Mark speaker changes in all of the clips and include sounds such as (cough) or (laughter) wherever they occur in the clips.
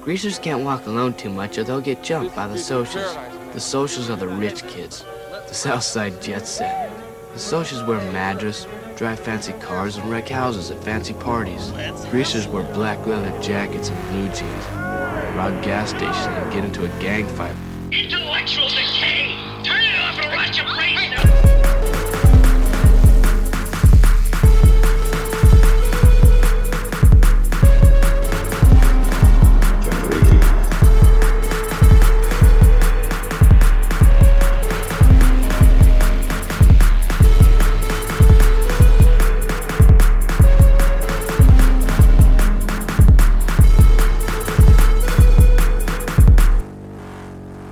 Speaker 1: Greasers can't walk alone too much or they'll get jumped by the socials. The socials are the rich kids, the Southside jet set. The socials wear madras, drive fancy cars, and wreck houses at fancy parties. Greasers wear black leather jackets and blue jeans, rob gas stations, and get into a gang fight.
Speaker 2: Intellectual decay! Turn it off and rot your brains out!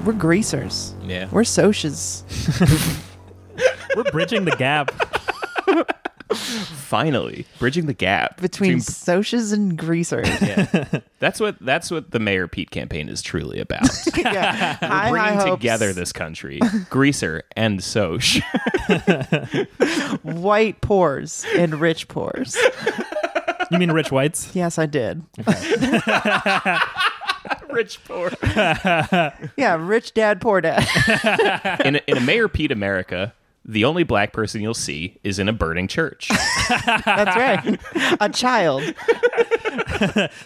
Speaker 3: We're greasers.
Speaker 4: Yeah.
Speaker 3: We're socias.
Speaker 5: We're bridging the gap.
Speaker 4: Finally, bridging the gap
Speaker 3: Between socias and
Speaker 4: (laughs)
Speaker 3: greasers.
Speaker 4: That's what that's what the Mayor Pete campaign is
Speaker 3: (laughs)
Speaker 4: truly about.
Speaker 3: yeah. High, high
Speaker 4: Bringing
Speaker 3: hopes.
Speaker 4: together this country, greaser and
Speaker 3: (laughs)
Speaker 4: soch.
Speaker 3: White pores and rich pores.
Speaker 5: You mean rich whites?
Speaker 3: Yes, I did.
Speaker 4: Rich poor.
Speaker 3: Yeah, rich dad, poor dad.
Speaker 4: (laughs) In a, in a Mayor Pete America, the only black person you'll see is in a
Speaker 3: (laughs)
Speaker 4: burning church.
Speaker 3: That's right. A child.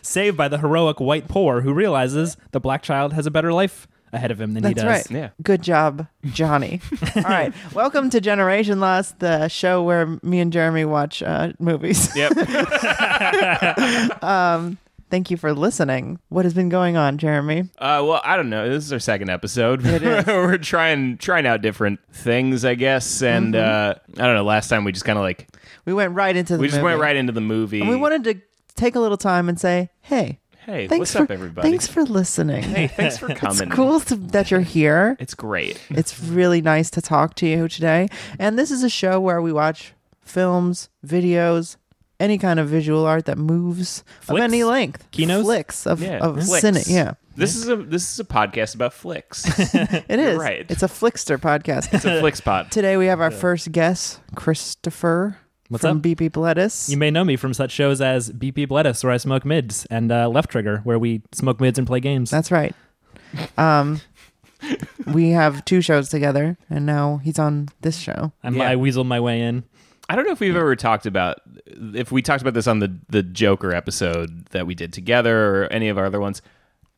Speaker 5: Saved by the heroic white poor who realizes the black child has a better life ahead of him than
Speaker 3: That's
Speaker 5: he does.
Speaker 3: right.
Speaker 4: Yeah.
Speaker 3: Good job, Johnny. All
Speaker 4: (laughs)
Speaker 3: right. Welcome to Generation Lost, the show where me and Jeremy watch uh, movies.
Speaker 4: Yep.
Speaker 3: Thank you for listening. What has been going on, Jeremy?
Speaker 4: Uh, well, I don't know. This is our second episode.
Speaker 3: It is.
Speaker 4: (laughs) We're trying trying out different things, I guess. And uh, I don't know. Last time we just kind of like
Speaker 3: We went right into Mm-hmm. the
Speaker 4: we just went
Speaker 3: movie.
Speaker 4: right into the movie.
Speaker 3: And we wanted to take a little time and say, hey,
Speaker 4: hey,
Speaker 3: thanks
Speaker 4: what's
Speaker 3: for
Speaker 4: up, everybody?
Speaker 3: Thanks for listening.
Speaker 4: hey, thanks for
Speaker 3: it's (laughs)
Speaker 4: coming.
Speaker 3: cool to, that you're here.
Speaker 4: It's great.
Speaker 3: It's really nice to talk to you today. And this is a show where we watch films, videos, any kind of visual art that moves of
Speaker 5: Flicks?
Speaker 3: any length.
Speaker 5: Kinos?
Speaker 3: Flicks of,
Speaker 4: Yeah,
Speaker 3: of
Speaker 4: flicks.
Speaker 3: cine. Yeah.
Speaker 4: This is a this is a podcast
Speaker 3: (laughs)
Speaker 4: about flicks.
Speaker 3: It is.
Speaker 4: right.
Speaker 3: It's a Flickster podcast.
Speaker 4: (laughs) It's a flicks pod.
Speaker 3: Today we have our first guest, Christopher
Speaker 5: What's
Speaker 3: from
Speaker 5: up?
Speaker 3: BP Lettuce.
Speaker 5: You may know me from such shows as BP Bledis, where I smoke mids, and uh, Left Trigger, where we smoke mids and play games.
Speaker 3: That's right.
Speaker 4: (laughs)
Speaker 3: Um, we have two shows together, and now he's on this show.
Speaker 5: i
Speaker 4: Yeah.
Speaker 5: I weaseled my way in.
Speaker 4: I don't know if we've ever talked about if we talked about this on the the Joker episode that we did together or any of our other ones.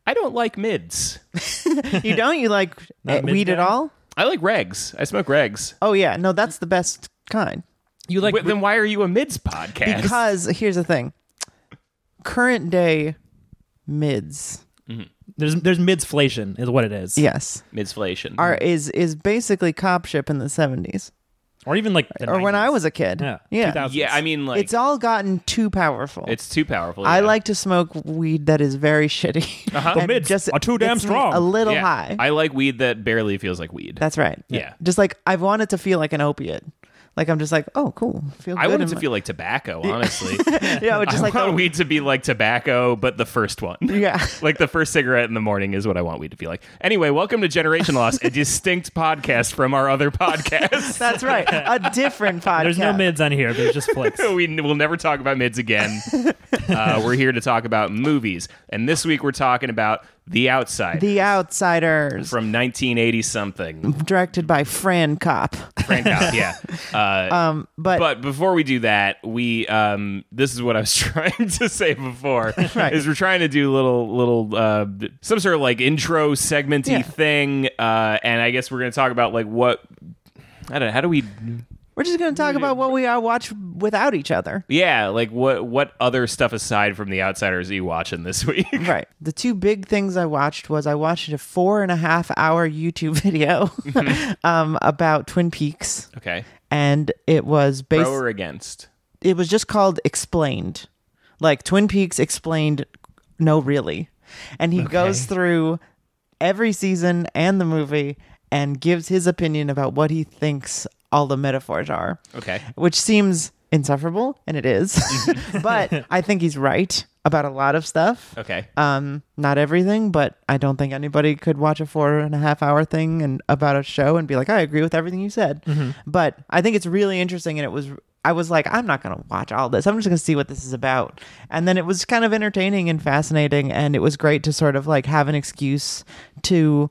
Speaker 4: I don't like mids. (laughs)
Speaker 3: You don't? You like eh,
Speaker 5: mid
Speaker 3: weed at
Speaker 5: guy?
Speaker 3: all?
Speaker 4: I like regs. I smoke regs.
Speaker 3: Oh yeah, no, that's the best kind.
Speaker 5: You like
Speaker 4: Wait, then why are you a mids podcast?
Speaker 3: Because here's the thing: current day mids,
Speaker 5: there's there's midsflation is what it is,
Speaker 3: yes,
Speaker 4: midsflation.
Speaker 3: are is is basically cop ship in the seventies
Speaker 5: or even like the
Speaker 3: or when I
Speaker 5: 90s.
Speaker 3: was a kid.
Speaker 5: Yeah.
Speaker 3: yeah.
Speaker 5: 2000s.
Speaker 4: Yeah, I mean like
Speaker 3: it's all gotten too powerful.
Speaker 4: It's too powerful.
Speaker 3: I
Speaker 4: yeah.
Speaker 3: like to smoke weed that is very shitty. (laughs)
Speaker 4: Uh-huh.
Speaker 5: The
Speaker 3: And
Speaker 5: mids are too damn
Speaker 3: it's
Speaker 5: strong.
Speaker 3: A little
Speaker 4: Yeah.
Speaker 3: high.
Speaker 4: I like weed that barely feels like weed.
Speaker 3: That's right.
Speaker 4: Yeah.
Speaker 3: Just like I want it to feel like an opiate. Like I'm just like, oh, cool. Feel
Speaker 4: I
Speaker 3: good
Speaker 4: want it
Speaker 3: in
Speaker 4: to
Speaker 3: my- (laughs)
Speaker 4: feel like tobacco, honestly.
Speaker 3: Yeah, it's just
Speaker 4: (laughs) I
Speaker 3: like
Speaker 4: want
Speaker 3: the-
Speaker 4: weed to be like tobacco, but the first one.
Speaker 3: (laughs) Yeah.
Speaker 4: (laughs) like the first cigarette in the morning is what I want weed to be like. Anyway, welcome to Generation Loss, a distinct podcast from our other podcast.
Speaker 3: That's
Speaker 5: (laughs)
Speaker 3: right. A different podcast.
Speaker 5: There's no mids on here. There's just
Speaker 3: (laughs)
Speaker 5: flicks.
Speaker 4: (laughs) we n- will never talk about mids again. Uh, we're here to talk about movies, and this week we're talking about The Outside
Speaker 3: The Outsiders,
Speaker 4: from 1980 something.
Speaker 3: directed by Fran Cop. (laughs)
Speaker 4: Frank out, yeah. Uh,
Speaker 3: Um, But,
Speaker 4: but before we do that, we um, this is what I was (laughs) trying to say before
Speaker 3: (laughs) Right.
Speaker 4: is we're trying to do little little uh, some sort of like intro segmenty
Speaker 3: Yeah.
Speaker 4: thing, uh, and I guess we're gonna talk about like what I don't know how do we
Speaker 3: we're just going to talk about what we all watch without each
Speaker 5: (laughs)
Speaker 3: other.
Speaker 4: yeah like what what other stuff aside from The Outsiders are you watching this (laughs) week?
Speaker 3: Right. The two big things I watched was I watched a four and a half hour YouTube (laughs) video
Speaker 5: Mm-hmm.
Speaker 3: um, about Twin Peaks,
Speaker 4: okay,
Speaker 3: and it was based.
Speaker 4: pro or against?
Speaker 3: it was just called explained like twin peaks explained no really and he goes through every season and the movie and gives his opinion about what he thinks all the metaphors are
Speaker 4: Okay,
Speaker 3: which seems insufferable and it is (laughs) but i think he's right about a lot of stuff
Speaker 4: okay,
Speaker 3: um not everything but i don't think anybody could watch a four and a half hour thing and about a show and be like i agree with everything you said but i think it's really interesting and it was I was like, I'm not going to watch all this. I'm just going to see what this is about. And then it was kind of entertaining and fascinating. And it was great to sort of like have an excuse to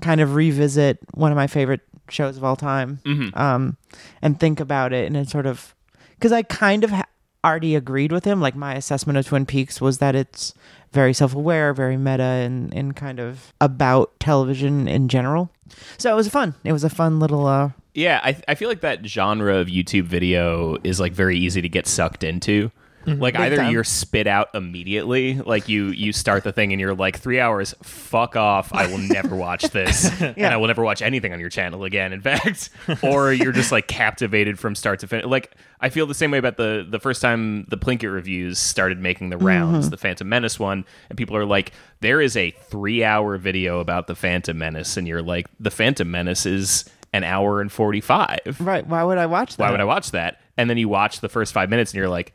Speaker 3: kind of revisit one of my favorite shows of all time
Speaker 4: Mm-hmm.
Speaker 3: um, and think about it. And then sort of, because I kind of ha- already agreed with him. Like my assessment of Twin Peaks was that it's very self aware, very meta, and, and kind of about television in general. So it was fun. It was a fun little. Uh,
Speaker 4: Yeah, I, I feel like that genre of YouTube video is like very easy to get sucked into. Like either
Speaker 3: time.
Speaker 4: you're spit out immediately, like you you start the thing and you're like three hours, fuck off, I will never watch this, and I will never watch anything on your channel again. In fact, or you're just like captivated from start to finish. Like I feel the same way about the the first time the Plinkett reviews started making the rounds, the Phantom Menace one, and people are like, there is a three hour video about the Phantom Menace, and you're like, the Phantom Menace is an hour and forty five
Speaker 3: right. Why would I watch that?
Speaker 4: why would I watch that? And then you watch the first five minutes and you're like,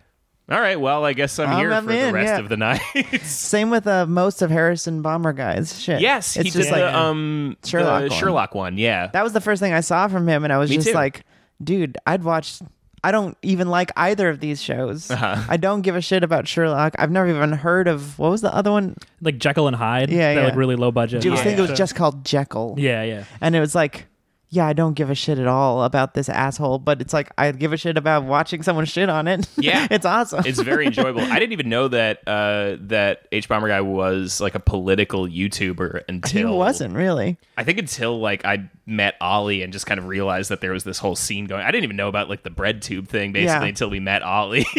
Speaker 4: all right, well, I guess I'm,
Speaker 3: I'm-
Speaker 4: here
Speaker 3: I'm
Speaker 4: for the
Speaker 3: in,
Speaker 4: rest
Speaker 3: yeah."
Speaker 4: of the night.
Speaker 3: Same with uh, most of Harrison Bomber guys. Shit.
Speaker 4: (laughs) yes,
Speaker 3: it's
Speaker 4: he
Speaker 3: just
Speaker 4: did
Speaker 3: like
Speaker 4: the, um,
Speaker 3: Sherlock
Speaker 4: the
Speaker 3: one.
Speaker 4: Sherlock one. Yeah.
Speaker 3: that was the first thing I saw from him, and I was
Speaker 4: Me
Speaker 3: just
Speaker 4: too.
Speaker 3: like, dude, I'd watch. I don't even like either of these shows.
Speaker 5: Uh-huh.
Speaker 3: I don't give a shit about Sherlock. I've never even heard of what was the other one.
Speaker 5: like Jekyll and Hyde.
Speaker 3: Yeah,
Speaker 5: They're
Speaker 3: yeah.
Speaker 5: like really low budget.
Speaker 3: Do you
Speaker 5: Yeah.
Speaker 3: think it
Speaker 5: So-
Speaker 3: was just called Jekyll?
Speaker 5: Yeah, yeah.
Speaker 3: and it was like, yeah, I don't give a shit at all about this asshole, but it's like I give a shit about watching someone shit on it.
Speaker 4: (laughs)
Speaker 3: (laughs)
Speaker 4: Yeah.
Speaker 3: it's awesome.
Speaker 4: it's very enjoyable. I didn't even know that uh, that H Bomber guy was like a political
Speaker 3: (laughs)
Speaker 4: YouTuber
Speaker 3: he
Speaker 4: until
Speaker 3: wasn't really.
Speaker 4: I think until like I met Ollie and just kind of realized that there was this whole scene going. I didn't even know about like the bread tube thing basically
Speaker 3: Yeah.
Speaker 4: until we met Ollie. (laughs)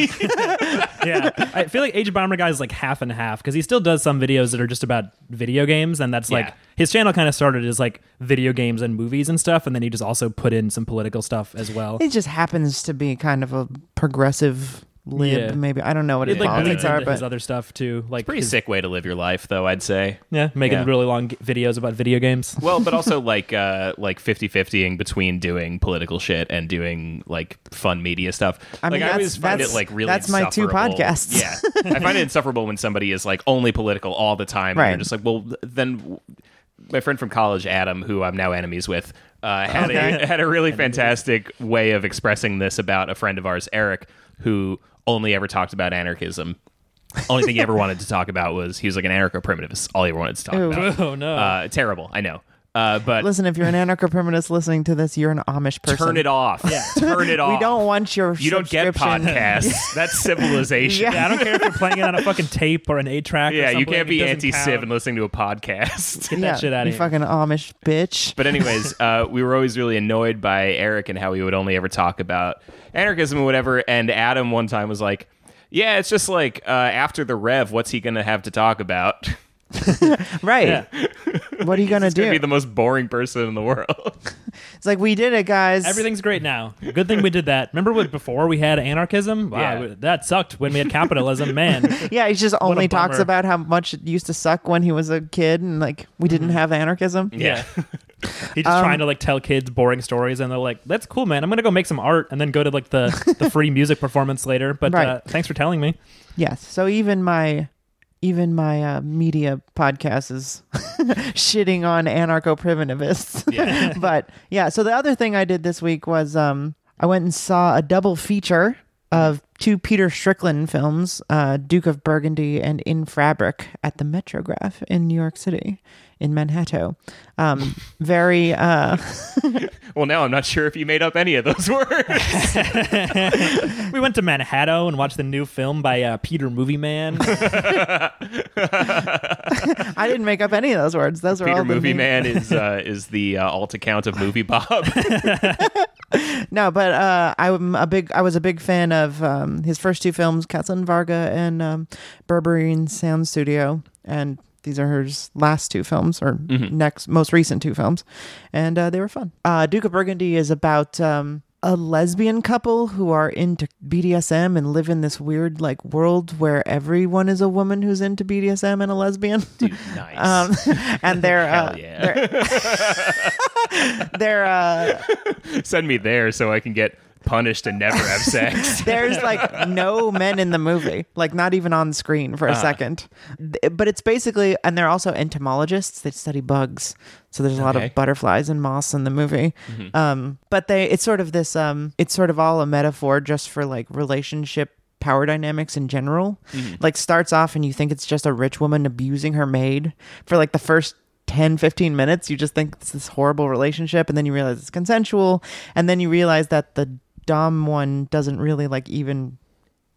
Speaker 5: yeah. I feel like Age Bomber Guy is like half and half because he still does some videos that are just about video games, and that's
Speaker 4: Yeah.
Speaker 5: like his channel kind of started as like video games and movies and stuff, and then he just also put in some political stuff as well.
Speaker 3: It just happens to be kind of a progressive lib,
Speaker 5: Yeah.
Speaker 3: maybe. I don't know what his
Speaker 5: It like
Speaker 3: politics
Speaker 5: bleeds
Speaker 3: are,
Speaker 5: into
Speaker 3: but
Speaker 5: his other stuff too, like
Speaker 4: Pretty
Speaker 5: his-
Speaker 4: sick way to live your life, though. I'd say.
Speaker 5: Yeah, making
Speaker 4: Yeah.
Speaker 5: really long g- videos about video
Speaker 4: (laughs)
Speaker 5: games.
Speaker 4: well but also like uh like 50 50ing between doing political shit and doing like fun media stuff
Speaker 3: I mean,
Speaker 4: like i
Speaker 3: that's-
Speaker 4: always find it
Speaker 3: that's-
Speaker 4: like really
Speaker 3: that's my two
Speaker 4: insufferable.
Speaker 3: podcasts.
Speaker 4: yeah i find it insufferable when somebody is like only political all the time and
Speaker 3: Right.
Speaker 4: you're just like well then my friend from college adam who i'm now enemies with uh, had, a, (laughs) had a really fantastic way of expressing this about a friend of ours eric who only ever talked about anarchism only thing he ever wanted to talk about was he was like an anarcho-primitivist all he ever wanted to talk
Speaker 3: Ooh.
Speaker 4: about
Speaker 5: Oh no.
Speaker 4: uh, terrible. I know. Uh, but
Speaker 3: listen, if you're
Speaker 5: (laughs)
Speaker 3: an anarcho-permanentist listening to this, you're an Amish person.
Speaker 4: turn it off. (laughs) Turn it off.
Speaker 3: We don't want your
Speaker 4: You don't get
Speaker 3: subscription. (laughs)
Speaker 5: (laughs)
Speaker 4: podcasts. That's civilization.
Speaker 5: yeah, I don't care if you're playing it on a fucking tape or an A track.
Speaker 4: (laughs) Yeah, you can't be anti-civ
Speaker 5: anti-civ.
Speaker 4: and listening to a
Speaker 5: (laughs)
Speaker 4: podcast.
Speaker 5: Get that shit out
Speaker 3: you
Speaker 5: of here.
Speaker 3: fucking Amish bitch.
Speaker 4: But anyways, uh, we were always really annoyed by Eric and how he would only ever talk about anarchism and whatever. And Adam one time was like, "Yeah, it's just like uh, after the Rev, what's he gonna have to talk about? (laughs)
Speaker 3: Right. (laughs) What are you gonna
Speaker 4: He'd
Speaker 3: do?
Speaker 4: be the most boring person in the world." (laughs)
Speaker 3: it's like we did it, guys.
Speaker 5: Everything's great now. Good thing we did that. Remember when before we had anarchism? Wow,
Speaker 4: Yeah.
Speaker 5: w- that sucked when we had capitalism,
Speaker 4: (laughs)
Speaker 5: man.
Speaker 3: Yeah, he just only talks
Speaker 5: bummer.
Speaker 3: about how much it used to suck when he was a kid, and like we didn't
Speaker 5: Mm-hmm.
Speaker 3: have anarchism.
Speaker 5: Yeah. (laughs) He's just trying to like tell kids boring stories, and they're like, "That's cool, man. I'm gonna go make some art, and then go to like the
Speaker 3: (laughs)
Speaker 5: the free music performance later." But uh,
Speaker 3: Right.
Speaker 5: thanks for telling me.
Speaker 3: Yes. So even my even my uh, media podcast is (laughs) shitting on anarcho primitivists. (laughs)
Speaker 4: Yeah. (laughs)
Speaker 3: but yeah, so the other thing I did this week was um I went and saw a double feature of two Peter Strickland films, uh, Duke of Burgundy and In Fabric at the Metrograph in New York City in Manhattan. Um, very uh,
Speaker 4: well, now I'm not sure if you made up any of those (laughs) words.
Speaker 5: We went to Manhattan and watched the new film by uh, Peter Movie
Speaker 3: (laughs)
Speaker 5: Man.
Speaker 3: I didn't make up any of those words. Those were all
Speaker 4: Peter
Speaker 3: the
Speaker 4: Movie
Speaker 3: names.
Speaker 4: Man is
Speaker 3: (laughs)
Speaker 4: uh, is the uh, alt account of Movie Bob. (laughs)
Speaker 3: No, but uh, I'm a big. I was a big fan of um, his first two films, Kathleen Varga and um, Berberine Sound Studio, and these are her last two films or
Speaker 4: Mm-hmm.
Speaker 3: next most recent two films, and uh, they were fun. Uh, Duke of Burgundy is about um, a lesbian couple who are into BDSM and live in this weird like world where everyone is a woman who's into BDSM and a
Speaker 4: (laughs)
Speaker 3: lesbian.
Speaker 4: nice.
Speaker 3: Um, (laughs) and they're, uh,
Speaker 4: Hell yeah.
Speaker 3: they're (laughs) uh,
Speaker 4: Send me there so I can get punished and never
Speaker 3: (laughs)
Speaker 4: have sex.
Speaker 3: There's like no men in the movie, like not even on screen for a second. Th- But it's basically, and they're also entomologists. They study bugs, so there's a lot
Speaker 4: Okay.
Speaker 3: of butterflies and moss in the movie. Um, but they, it's sort of this, um, it's sort of all a metaphor just for like relationship power dynamics in general. Like starts off and you think it's just a rich woman abusing her maid for like the first 10 15 minutes you just think it's this horrible relationship and then you realize it's consensual and then you realize that the dumb one doesn't really like even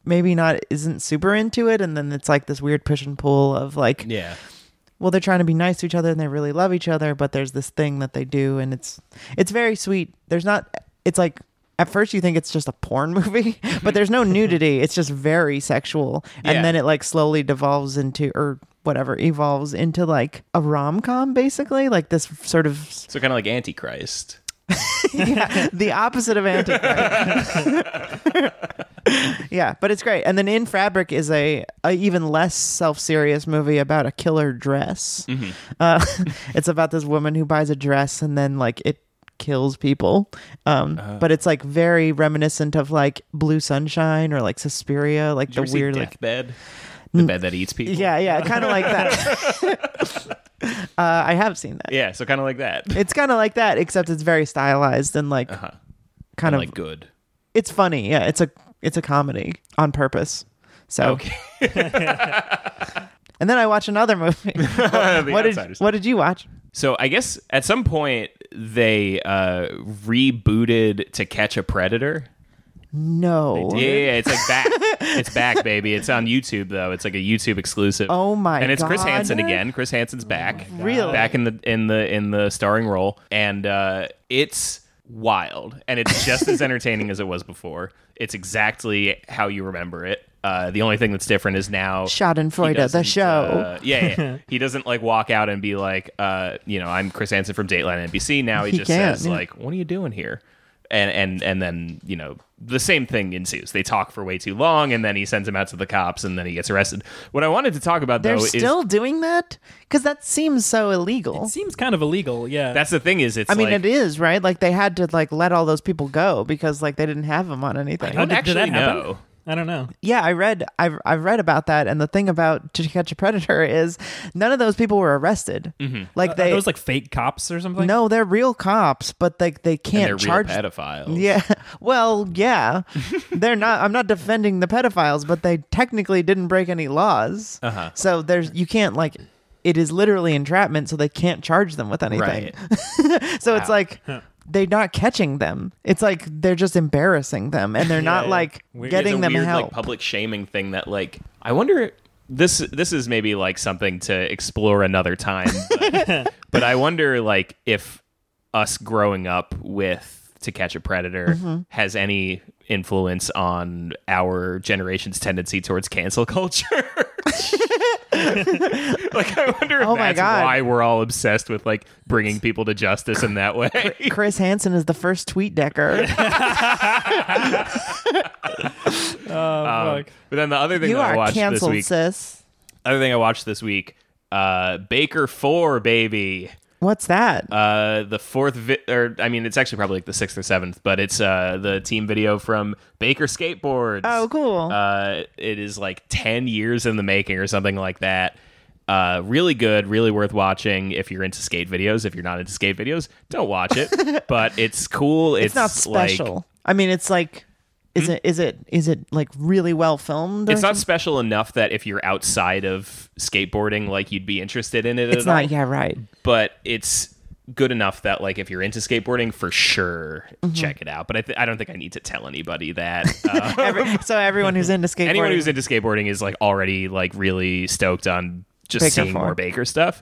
Speaker 3: maybe not isn't super into it and then it's like this weird push and pull of like
Speaker 4: yeah.
Speaker 3: well they're trying to be nice to each other and they really love each other but there's this thing that they do and it's it's very sweet there's not it's like at first you think it's just a porn (laughs) movie but there's no nudity it's just very sexual
Speaker 4: Yeah.
Speaker 3: and then it like slowly devolves into or whatever evolves into like a rom-com basically like this sort of
Speaker 4: So kind of like Antichrist.
Speaker 3: (laughs) the opposite of antichrist (laughs) yeah but it's great and then in fabric is a, a even less self-serious movie about a killer dress
Speaker 4: Mm-hmm.
Speaker 3: uh, (laughs) it's about this woman who buys a dress and then like it kills people um
Speaker 4: Uh-huh.
Speaker 3: but it's like very reminiscent of like blue sunshine or like suspiria like the weird like
Speaker 4: deathbed, the bed that eats people.
Speaker 3: yeah yeah kind of like that (laughs) uh i have seen that
Speaker 4: yeah. So kind of like that.
Speaker 3: it's kind of like that except it's very stylized and like kind
Speaker 4: Kinda
Speaker 3: of
Speaker 4: Uh-huh. like good.
Speaker 3: it's funny. Yeah, it's a it's a comedy on purpose. So
Speaker 4: Okay.
Speaker 3: and then I watch another movie.
Speaker 4: (laughs) (laughs) The
Speaker 3: what did
Speaker 4: Outsiders.
Speaker 3: what did you watch?
Speaker 4: So I guess at some point they uh, rebooted to catch a predator.
Speaker 3: No.
Speaker 4: Yeah, yeah, Oh, yeah, it's
Speaker 3: (laughs)
Speaker 4: like back. it's back, baby. It's on YouTube though. It's like a YouTube exclusive.
Speaker 3: Oh my
Speaker 4: And it's Chris
Speaker 3: God. Oh
Speaker 4: Hansen again. Chris Hansen's back.
Speaker 3: Really?
Speaker 4: Back in the in the in the starring role. And uh it's wild. And it's
Speaker 3: (laughs)
Speaker 4: just as entertaining as it was before. It's exactly how you remember it. Uh, the only thing that's different is now he
Speaker 3: Schadenfreude, the
Speaker 4: doesn't,
Speaker 3: show.
Speaker 4: uh, yeah,
Speaker 3: (laughs)
Speaker 4: yeah. he doesn't like walk out and be like, uh, you know, I'm Chris Hansen from Dateline NBC. Now he,
Speaker 3: He
Speaker 4: just
Speaker 3: can't,
Speaker 4: says
Speaker 3: yeah.
Speaker 4: like, what are you doing here? And and and then you know the same thing ensues. They talk for way too long, and then he sends him out to the cops, and then he gets arrested. What I wanted to talk about
Speaker 3: They're
Speaker 4: though
Speaker 3: still
Speaker 4: is
Speaker 3: doing that because that seems so illegal.
Speaker 5: Seems kind of illegal. Yeah.
Speaker 4: that's the thing is it's
Speaker 3: I mean,
Speaker 4: like,
Speaker 3: it is right. Like they had to like let all those people go because like they didn't have them on anything.
Speaker 4: I don't
Speaker 5: did- did that
Speaker 4: actually
Speaker 5: happen?
Speaker 4: know.
Speaker 5: I don't know.
Speaker 3: yeah, I read I've I've read about that, and the thing about To Catch a Predator (laughs) is none of those people were arrested.
Speaker 4: Mm-hmm.
Speaker 3: Like
Speaker 5: Are
Speaker 3: they
Speaker 5: Uh, those like fake cops or something?
Speaker 3: no, they're real cops, but like they
Speaker 4: And
Speaker 3: can't
Speaker 4: they're
Speaker 3: charge
Speaker 4: real
Speaker 3: (laughs)
Speaker 4: pedophiles.
Speaker 3: Yeah. Well,
Speaker 4: (laughs)
Speaker 3: yeah. They're not I'm not defending the pedophiles, but they technically didn't break any laws. Uh-huh. So there's you can't like it is literally entrapment, so they can't charge them with anything.
Speaker 4: Right.
Speaker 3: So it's like they're not catching them. It's like they're just embarrassing them and they're not
Speaker 5: yeah.
Speaker 3: like
Speaker 5: Weird.
Speaker 4: It's
Speaker 3: getting
Speaker 4: a
Speaker 3: them
Speaker 4: weird,
Speaker 3: help.
Speaker 4: like public shaming thing that like I wonder this this is maybe like something to explore another time but,
Speaker 3: (laughs)
Speaker 4: but I wonder like if us growing up with to catch a predator
Speaker 3: Mm-hmm.
Speaker 4: has any influence on our generation's tendency towards cancel culture (laughs) like i wonder if
Speaker 3: Oh my
Speaker 4: that's
Speaker 3: God.
Speaker 4: why we're all obsessed with like bringing people to justice in
Speaker 3: (laughs)
Speaker 4: that way
Speaker 3: Chris Hansen is the first tweet
Speaker 4: (laughs)
Speaker 3: decker.
Speaker 5: Oh,
Speaker 3: Um,
Speaker 4: but then the other thing
Speaker 3: you
Speaker 4: that i
Speaker 3: are
Speaker 4: watched
Speaker 3: canceled,
Speaker 4: this week
Speaker 3: sis.
Speaker 4: other thing I watched this week, uh, Baker Four, baby.
Speaker 3: What's that?
Speaker 4: Uh, the fourth, vi- or I mean, it's actually probably like the sixth or seventh, but it's uh, the team video from Baker Skateboards.
Speaker 3: oh, cool.
Speaker 4: Uh, it is like ten years in the making, or something like that. Uh, really good, really worth watching if you're into skate videos. If you're not into skate videos, don't
Speaker 3: (laughs)
Speaker 4: watch it. but it's cool.
Speaker 3: it's
Speaker 4: It's,
Speaker 3: not
Speaker 4: like- Hmm?
Speaker 3: special. I mean, it's like, is it is it is it like really well filmed? or (laughs)
Speaker 4: it's not
Speaker 3: something?
Speaker 4: special enough that if you're outside of skateboarding, like you'd be interested in it.
Speaker 3: It's
Speaker 4: at all.
Speaker 3: not. Yeah, right.
Speaker 4: but it's good enough that like if you're into skateboarding for sure
Speaker 3: Mm-hmm.
Speaker 4: check it out but I, th- I don't think i need to tell
Speaker 3: (laughs)
Speaker 4: anybody that uh, (laughs)
Speaker 3: Every- so everyone who's into skateboarding,
Speaker 4: anyone who's into skateboarding is like already like really stoked on just
Speaker 3: Baker
Speaker 4: seeing more
Speaker 3: Four.
Speaker 4: baker stuff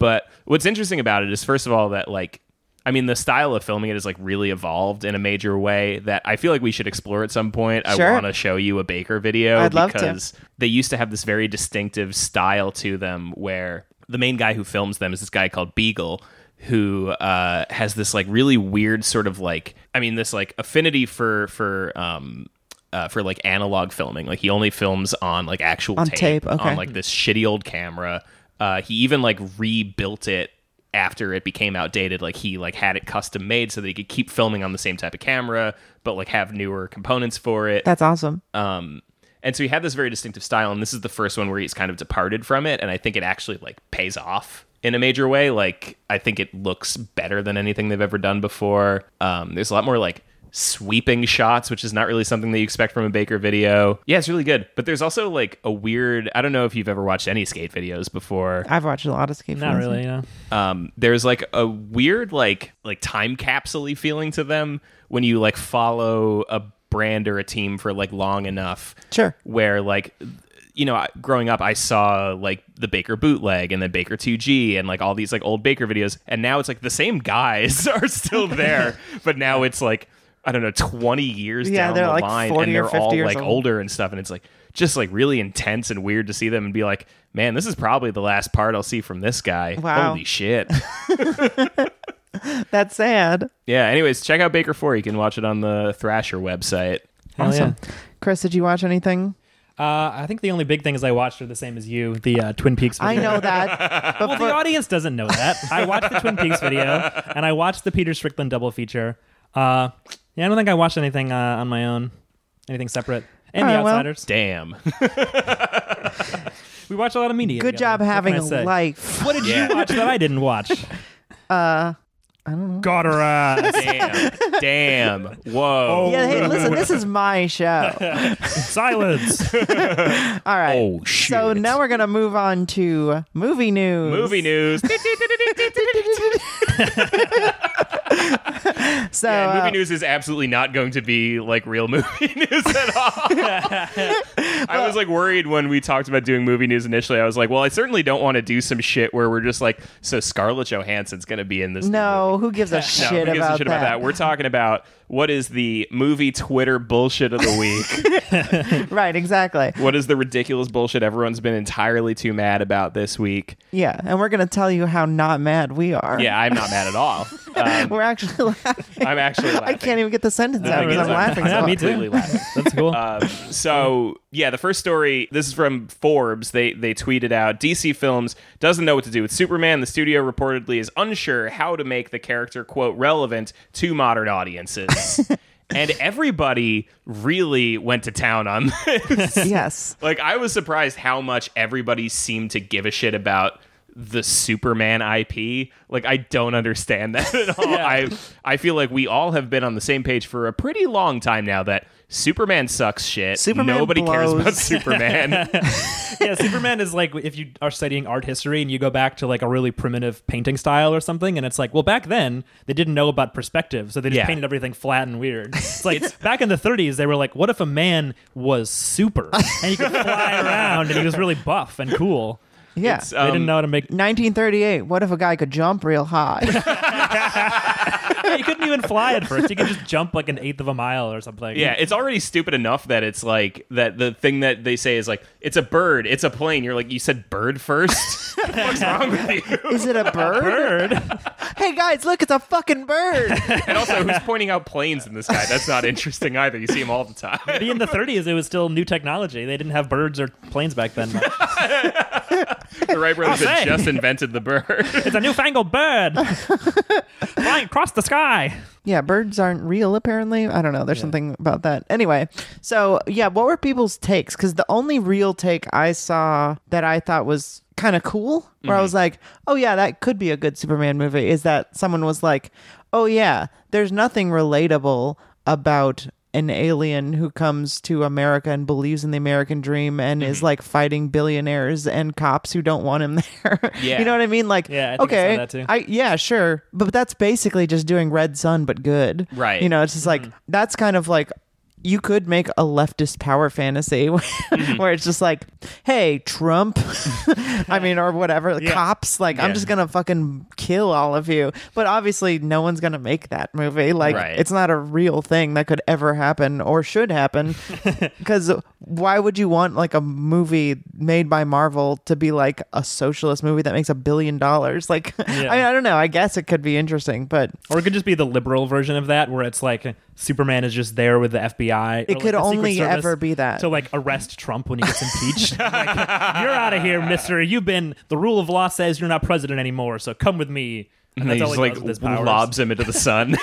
Speaker 4: but what's interesting about it is first of all that like i mean the style of filming it has like really evolved in a major way that i feel like we should explore at some point i
Speaker 3: Sure.
Speaker 4: want to show you a baker video
Speaker 3: I'd love to.
Speaker 4: because they used to have this very distinctive style to them where the main guy who films them is this guy called Beagle who uh, has this like really weird sort of like I mean this like affinity for for um uh, for like analog filming like he only films on like actual
Speaker 3: On
Speaker 4: tape,
Speaker 3: tape, okay.
Speaker 4: on like this shitty old camera uh, he even like rebuilt it after it became outdated like he like had it custom made so that he could keep filming on the same type of camera but like have newer components for it
Speaker 3: That's awesome.
Speaker 4: um and so he had this very distinctive style and this is the first one where he's kind of departed from it and i think it actually like pays off in a major way like i think it looks better than anything they've ever done before um there's a lot more like sweeping shots which is not really something that you expect from a baker video yeah it's really good but there's also like a weird i don't know if you've ever watched any skate videos before
Speaker 3: I've watched a lot of skate.
Speaker 5: Not
Speaker 3: films.
Speaker 5: really, you know.
Speaker 4: um, there's like a weird like like time capsule feeling to them when you like follow a brand or a team for like long enough
Speaker 3: Sure.
Speaker 4: where like you know I- growing up i saw like the baker bootleg and then baker 2g and like all these like old baker videos and now it's like the same guys (laughs) are still there but now it's like i don't know 20 years
Speaker 3: Yeah,
Speaker 4: down
Speaker 3: they're,
Speaker 4: the
Speaker 3: like,
Speaker 4: line
Speaker 3: 40
Speaker 4: and
Speaker 3: or
Speaker 4: they're
Speaker 3: 50
Speaker 4: all
Speaker 3: years
Speaker 4: like
Speaker 3: old.
Speaker 4: older and stuff and it's like just like really intense and weird to see them and be like man this is probably the last part i'll see from this guy
Speaker 3: Wow. (laughs)
Speaker 4: holy shit
Speaker 3: (laughs) That's sad.
Speaker 4: yeah anyways check out baker 4 you can watch it on the thrasher website
Speaker 5: Hell
Speaker 3: Awesome. Chris, did you watch anything?
Speaker 5: yeah. Uh, I think the only big things I watched are the same as you, the uh, Twin Peaks. Video.
Speaker 3: I know
Speaker 5: (laughs)
Speaker 3: that. But
Speaker 5: Well, the audience doesn't know that. I watched the Twin Peaks video and I watched the Peter Strickland double feature. Uh, yeah, I don't think I watched anything uh, on my own, anything separate. And
Speaker 3: All
Speaker 5: The
Speaker 3: right, Uh, well-
Speaker 5: Outsiders.
Speaker 4: damn
Speaker 5: we watched a lot of media.
Speaker 3: good
Speaker 5: together.
Speaker 3: job
Speaker 5: What can
Speaker 3: having
Speaker 5: I
Speaker 3: a
Speaker 5: say?
Speaker 3: life.
Speaker 5: What did
Speaker 4: Yeah.
Speaker 5: you watch that I
Speaker 3: (laughs)
Speaker 5: didn't watch?
Speaker 3: Uh, I don't know.
Speaker 5: Got her ass.
Speaker 3: (laughs)
Speaker 4: damn damn whoa
Speaker 3: Oh, Yeah,
Speaker 4: (laughs)
Speaker 3: hey, listen, this is my show.
Speaker 5: (laughs) Silence.
Speaker 3: All right.
Speaker 4: Oh, shit.
Speaker 3: So now we're gonna move on to movie news.
Speaker 4: movie news
Speaker 3: (laughs)
Speaker 4: (laughs)
Speaker 3: So
Speaker 4: Yeah,
Speaker 3: uh,
Speaker 4: movie news is absolutely not going to be like real movie (laughs) news
Speaker 3: (laughs)
Speaker 4: at all. I was like worried when we talked about doing movie news initially. I was like, well, I certainly don't want to do some shit where we're just like, so Scarlett Johansson's going to be in this. new movie.
Speaker 3: no, who gives a
Speaker 4: (laughs) No,
Speaker 3: shit,
Speaker 4: who gives
Speaker 3: about,
Speaker 4: a shit
Speaker 3: that?
Speaker 4: about that? We're talking about what is the movie Twitter bullshit of the
Speaker 3: (laughs)
Speaker 4: week?
Speaker 3: Right, exactly.
Speaker 4: what is the ridiculous bullshit everyone's been entirely too mad about this week?
Speaker 3: Yeah, and we're gonna tell you how not mad we are. (laughs)
Speaker 4: Yeah, I'm not mad at all. (laughs) Um,
Speaker 3: We're actually (laughs) laughing.
Speaker 4: I'm actually laughing.
Speaker 3: I can't even get the sentence out because
Speaker 4: guess
Speaker 3: I'm laughing.
Speaker 4: (laughs)
Speaker 5: Yeah,
Speaker 3: so
Speaker 5: me
Speaker 3: hard.
Speaker 4: completely
Speaker 5: too.
Speaker 4: laughing.
Speaker 5: That's cool.
Speaker 4: Um, so yeah, the first story. This is from Forbes. They they tweeted out DC Films doesn't know what to do with Superman. The studio reportedly is unsure how to make the character quote relevant to
Speaker 3: (laughs)
Speaker 4: modern audiences. and everybody really went to town on this.
Speaker 3: Yes.
Speaker 4: like I was surprised how much everybody seemed to give a shit about the Superman IP. Like I don't understand (laughs) that at all. I I feel like we all have been on the same page for a pretty long time now that Superman sucks shit.
Speaker 3: Superman
Speaker 4: Nobody cares about
Speaker 3: blows. (laughs)
Speaker 4: Superman.
Speaker 5: yeah, Superman is like if you are studying art history and you go back to like a really primitive painting style or something, and it's like, well, back then they didn't know about perspective, so they just
Speaker 4: Yeah.
Speaker 5: painted everything flat and
Speaker 4: (laughs)
Speaker 5: weird. It's like back in the 30s, they were like, what if a man was super and he could
Speaker 4: (laughs)
Speaker 5: fly around and he was really buff and cool?
Speaker 3: Yeah.
Speaker 4: It's,
Speaker 5: They
Speaker 4: um,
Speaker 5: didn't know how to make. (laughs)
Speaker 3: 1938. What if a guy could jump real
Speaker 4: (laughs)
Speaker 3: high?
Speaker 5: He couldn't even fly at first. He could just jump like an eighth of a mile or something.
Speaker 4: Yeah, it's already stupid enough that it's like that the thing that they say is like it's a bird, it's a plane. You're like you said bird first. (laughs) What's wrong with you? (laughs)
Speaker 3: Is it a bird?
Speaker 5: Bird. (laughs)
Speaker 3: hey guys, look, it's a fucking bird.
Speaker 4: And also, who's pointing out planes in this guy? That's not interesting either. You see him all the time.
Speaker 5: Maybe in the 30s, it was still new technology. They didn't have birds or planes back then.
Speaker 4: The Wright brothers
Speaker 5: I'll
Speaker 4: had
Speaker 5: say.
Speaker 4: just invented the (laughs) bird.
Speaker 5: It's a newfangled bird (laughs) flying across the sky.
Speaker 3: yeah, birds aren't real apparently. I don't know. There's something about that. Anyway, so yeah, what were people's takes? Because the only real take I saw that I thought was kind of cool, where
Speaker 5: Mm-hmm.
Speaker 3: I was like, oh yeah, that could be a good Superman movie, is that someone was like, oh yeah, there's nothing relatable about an alien who comes to America and believes in the American dream and
Speaker 5: Mm-hmm.
Speaker 3: is like fighting billionaires and cops who don't want him (laughs) there.
Speaker 4: Yeah.
Speaker 3: you know what I mean? Like,
Speaker 5: Yeah, I think I saw
Speaker 3: okay,
Speaker 5: that too.
Speaker 3: I yeah, sure, but that's basically just doing Red Sun but good,
Speaker 4: Right. Mm-hmm.
Speaker 3: You know, it's just like that's kind of like you could make a leftist power fantasy (laughs) where,
Speaker 4: Mm-hmm.
Speaker 3: where it's just like, hey, Trump, (laughs)
Speaker 4: (laughs)
Speaker 3: I mean, or whatever, cops, like I'm just gonna fucking kill all of you. But obviously, no one's gonna make that movie. Like,
Speaker 4: Right.
Speaker 3: it's not a real thing that could ever happen or should
Speaker 4: (laughs)
Speaker 3: happen. Because why would you want like a movie made by Marvel to be like a socialist movie that makes a billion dollars? Like, (laughs) I mean, I don't know. I guess it could be interesting, but
Speaker 5: Or it could just be the liberal version of that, where it's like Superman is just there with the FBI.
Speaker 3: It could only ever be that.
Speaker 5: to like arrest Trump when he gets (laughs) impeached. Like, you're out of here, Mister. You've been the rule of law says you're not president anymore, so come with me.
Speaker 4: And
Speaker 5: that's
Speaker 4: he
Speaker 5: all
Speaker 4: just
Speaker 5: he
Speaker 4: like
Speaker 5: does with his powers.
Speaker 4: lobs him into the sun.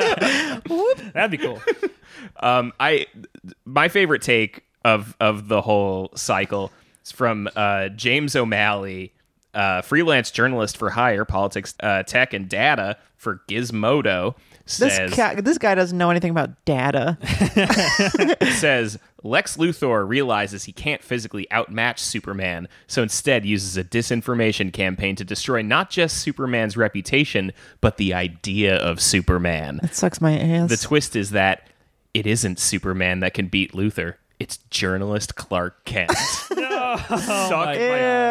Speaker 5: That'd be cool.
Speaker 4: (laughs) um, I my favorite take of of the whole cycle is from uh, James O'Malley, uh, freelance journalist for hire, politics, uh, tech, and data for Gizmodo.
Speaker 3: This
Speaker 4: Says, (laughs)
Speaker 3: ca- this guy doesn't know anything about data.
Speaker 4: says Lex Luthor realizes he can't physically outmatch Superman, so instead uses a disinformation campaign to destroy not just Superman's reputation, but the idea of Superman.
Speaker 3: It sucks my ass.
Speaker 4: The twist is that it isn't Superman that can beat Luthor. It's journalist
Speaker 3: (laughs)
Speaker 4: Clark Kent.
Speaker 3: Oh
Speaker 4: Suck my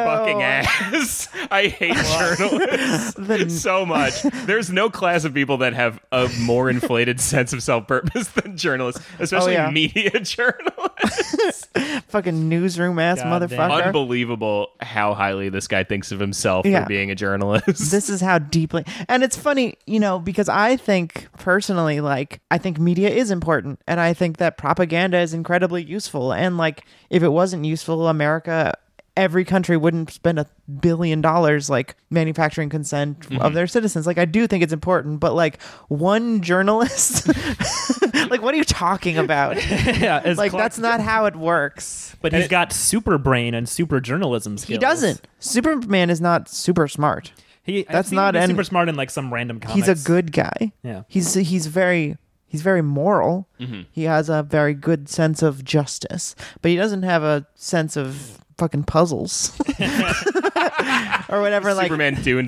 Speaker 4: fucking ass. (laughs) I hate
Speaker 3: (laughs)
Speaker 4: journalists so much. There's no class of people that have a more inflated (laughs) sense of self purpose than journalists, especially
Speaker 3: Oh, yeah.
Speaker 4: media (laughs) journalists.
Speaker 3: (laughs) Fucking newsroom ass
Speaker 5: God damn.
Speaker 3: motherfucker.
Speaker 4: Unbelievable how highly this guy thinks of himself
Speaker 3: Yeah.
Speaker 4: for being a journalist.
Speaker 3: this is how deeply and it's funny you know because i think personally like i think media is important and i think that propaganda is incredibly useful and like if it wasn't useful america every country wouldn't spend a billion dollars like manufacturing consent of their citizens like i do think it's important but like one journalist (laughs) like what are you talking about
Speaker 5: Yeah, as
Speaker 3: like
Speaker 5: Clark-
Speaker 3: that's not how it works
Speaker 5: But he's got super brain and super journalism skills.
Speaker 3: he doesn't superman is not super smart
Speaker 5: He
Speaker 3: That's
Speaker 5: that's
Speaker 3: not
Speaker 5: not
Speaker 3: an-
Speaker 5: super smart in like some random comics.
Speaker 3: he's a good guy.
Speaker 5: Yeah.
Speaker 3: He's he's very he's very moral.
Speaker 5: Mm-hmm.
Speaker 3: He has a very good sense of justice, but he doesn't have a sense of fucking puzzles
Speaker 5: (laughs)
Speaker 3: or whatever. like
Speaker 4: Superman doing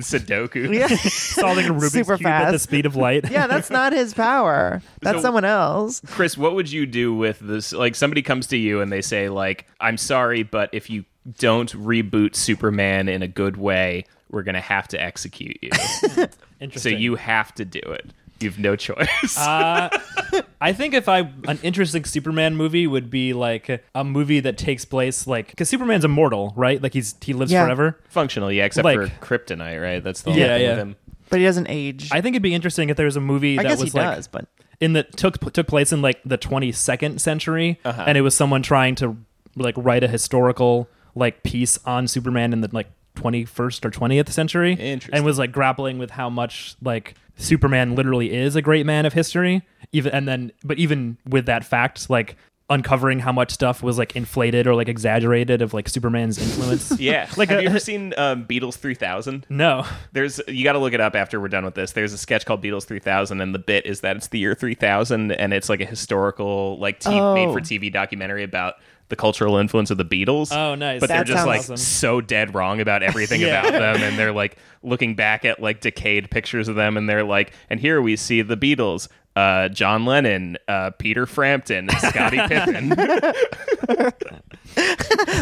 Speaker 3: (laughs)
Speaker 4: Sudoku.
Speaker 3: yeah, (laughs)
Speaker 5: solving a Rubik's
Speaker 3: Super
Speaker 5: cube at the
Speaker 3: fast.
Speaker 5: speed of
Speaker 3: (laughs)
Speaker 5: light. (laughs)
Speaker 3: yeah, that's not his power. That's
Speaker 4: So-
Speaker 3: someone else.
Speaker 4: Chris, what would you do with this? Like, somebody comes to you and they say, like, I'm sorry, but if you don't reboot Superman in a good way, we're going to have to execute
Speaker 5: (laughs)
Speaker 4: you. so
Speaker 5: Interesting. Uh,
Speaker 4: you have to do it. You've no choice. (laughs)
Speaker 5: I think if I an interesting Superman movie would be like a movie that takes place like because Superman's immortal, right? Like he's he lives
Speaker 3: Yeah.
Speaker 5: forever.
Speaker 4: Functional, yeah, except
Speaker 5: like-
Speaker 4: for kryptonite, right? That's the only
Speaker 5: Yeah,
Speaker 4: thing
Speaker 5: yeah.
Speaker 4: with him.
Speaker 3: But he doesn't age. I,
Speaker 5: I think it'd be interesting if there was a movie that
Speaker 3: guess he
Speaker 5: was like
Speaker 3: does, but
Speaker 5: in the took took place in like the 22nd century, and it was someone trying to like write a historical like piece on Superman in the like 21st or 20th century,
Speaker 4: Interesting.
Speaker 5: and was like grappling with how much like Superman literally is a great man of history, even and then but even with that fact, like uncovering how much stuff was like inflated or like exaggerated of like Superman's (laughs) influence.
Speaker 4: Yeah.
Speaker 5: Like
Speaker 4: Like, have
Speaker 5: a-
Speaker 4: you ever seen um, Beatles 3000?
Speaker 5: No,
Speaker 4: There's you got to look it up after we're done with this. There's a sketch called Beatles 3000, and the bit is that it's the year 3000, and it's like a historical, like t-
Speaker 3: Oh.
Speaker 4: made for TV documentary about the cultural influence of the Beatles.
Speaker 5: Oh, nice.
Speaker 4: But
Speaker 3: That
Speaker 4: they're just
Speaker 3: sounds
Speaker 4: like
Speaker 5: awesome.
Speaker 4: so dead wrong about
Speaker 5: (laughs)
Speaker 4: everything
Speaker 5: Yeah.
Speaker 4: about them, and they're like looking back at like decayed pictures of them, and they're like, and here we see the Beatles. Uh, John Lennon, uh, Peter Frampton, and
Speaker 5: (laughs)
Speaker 4: Scottie Pippen. It's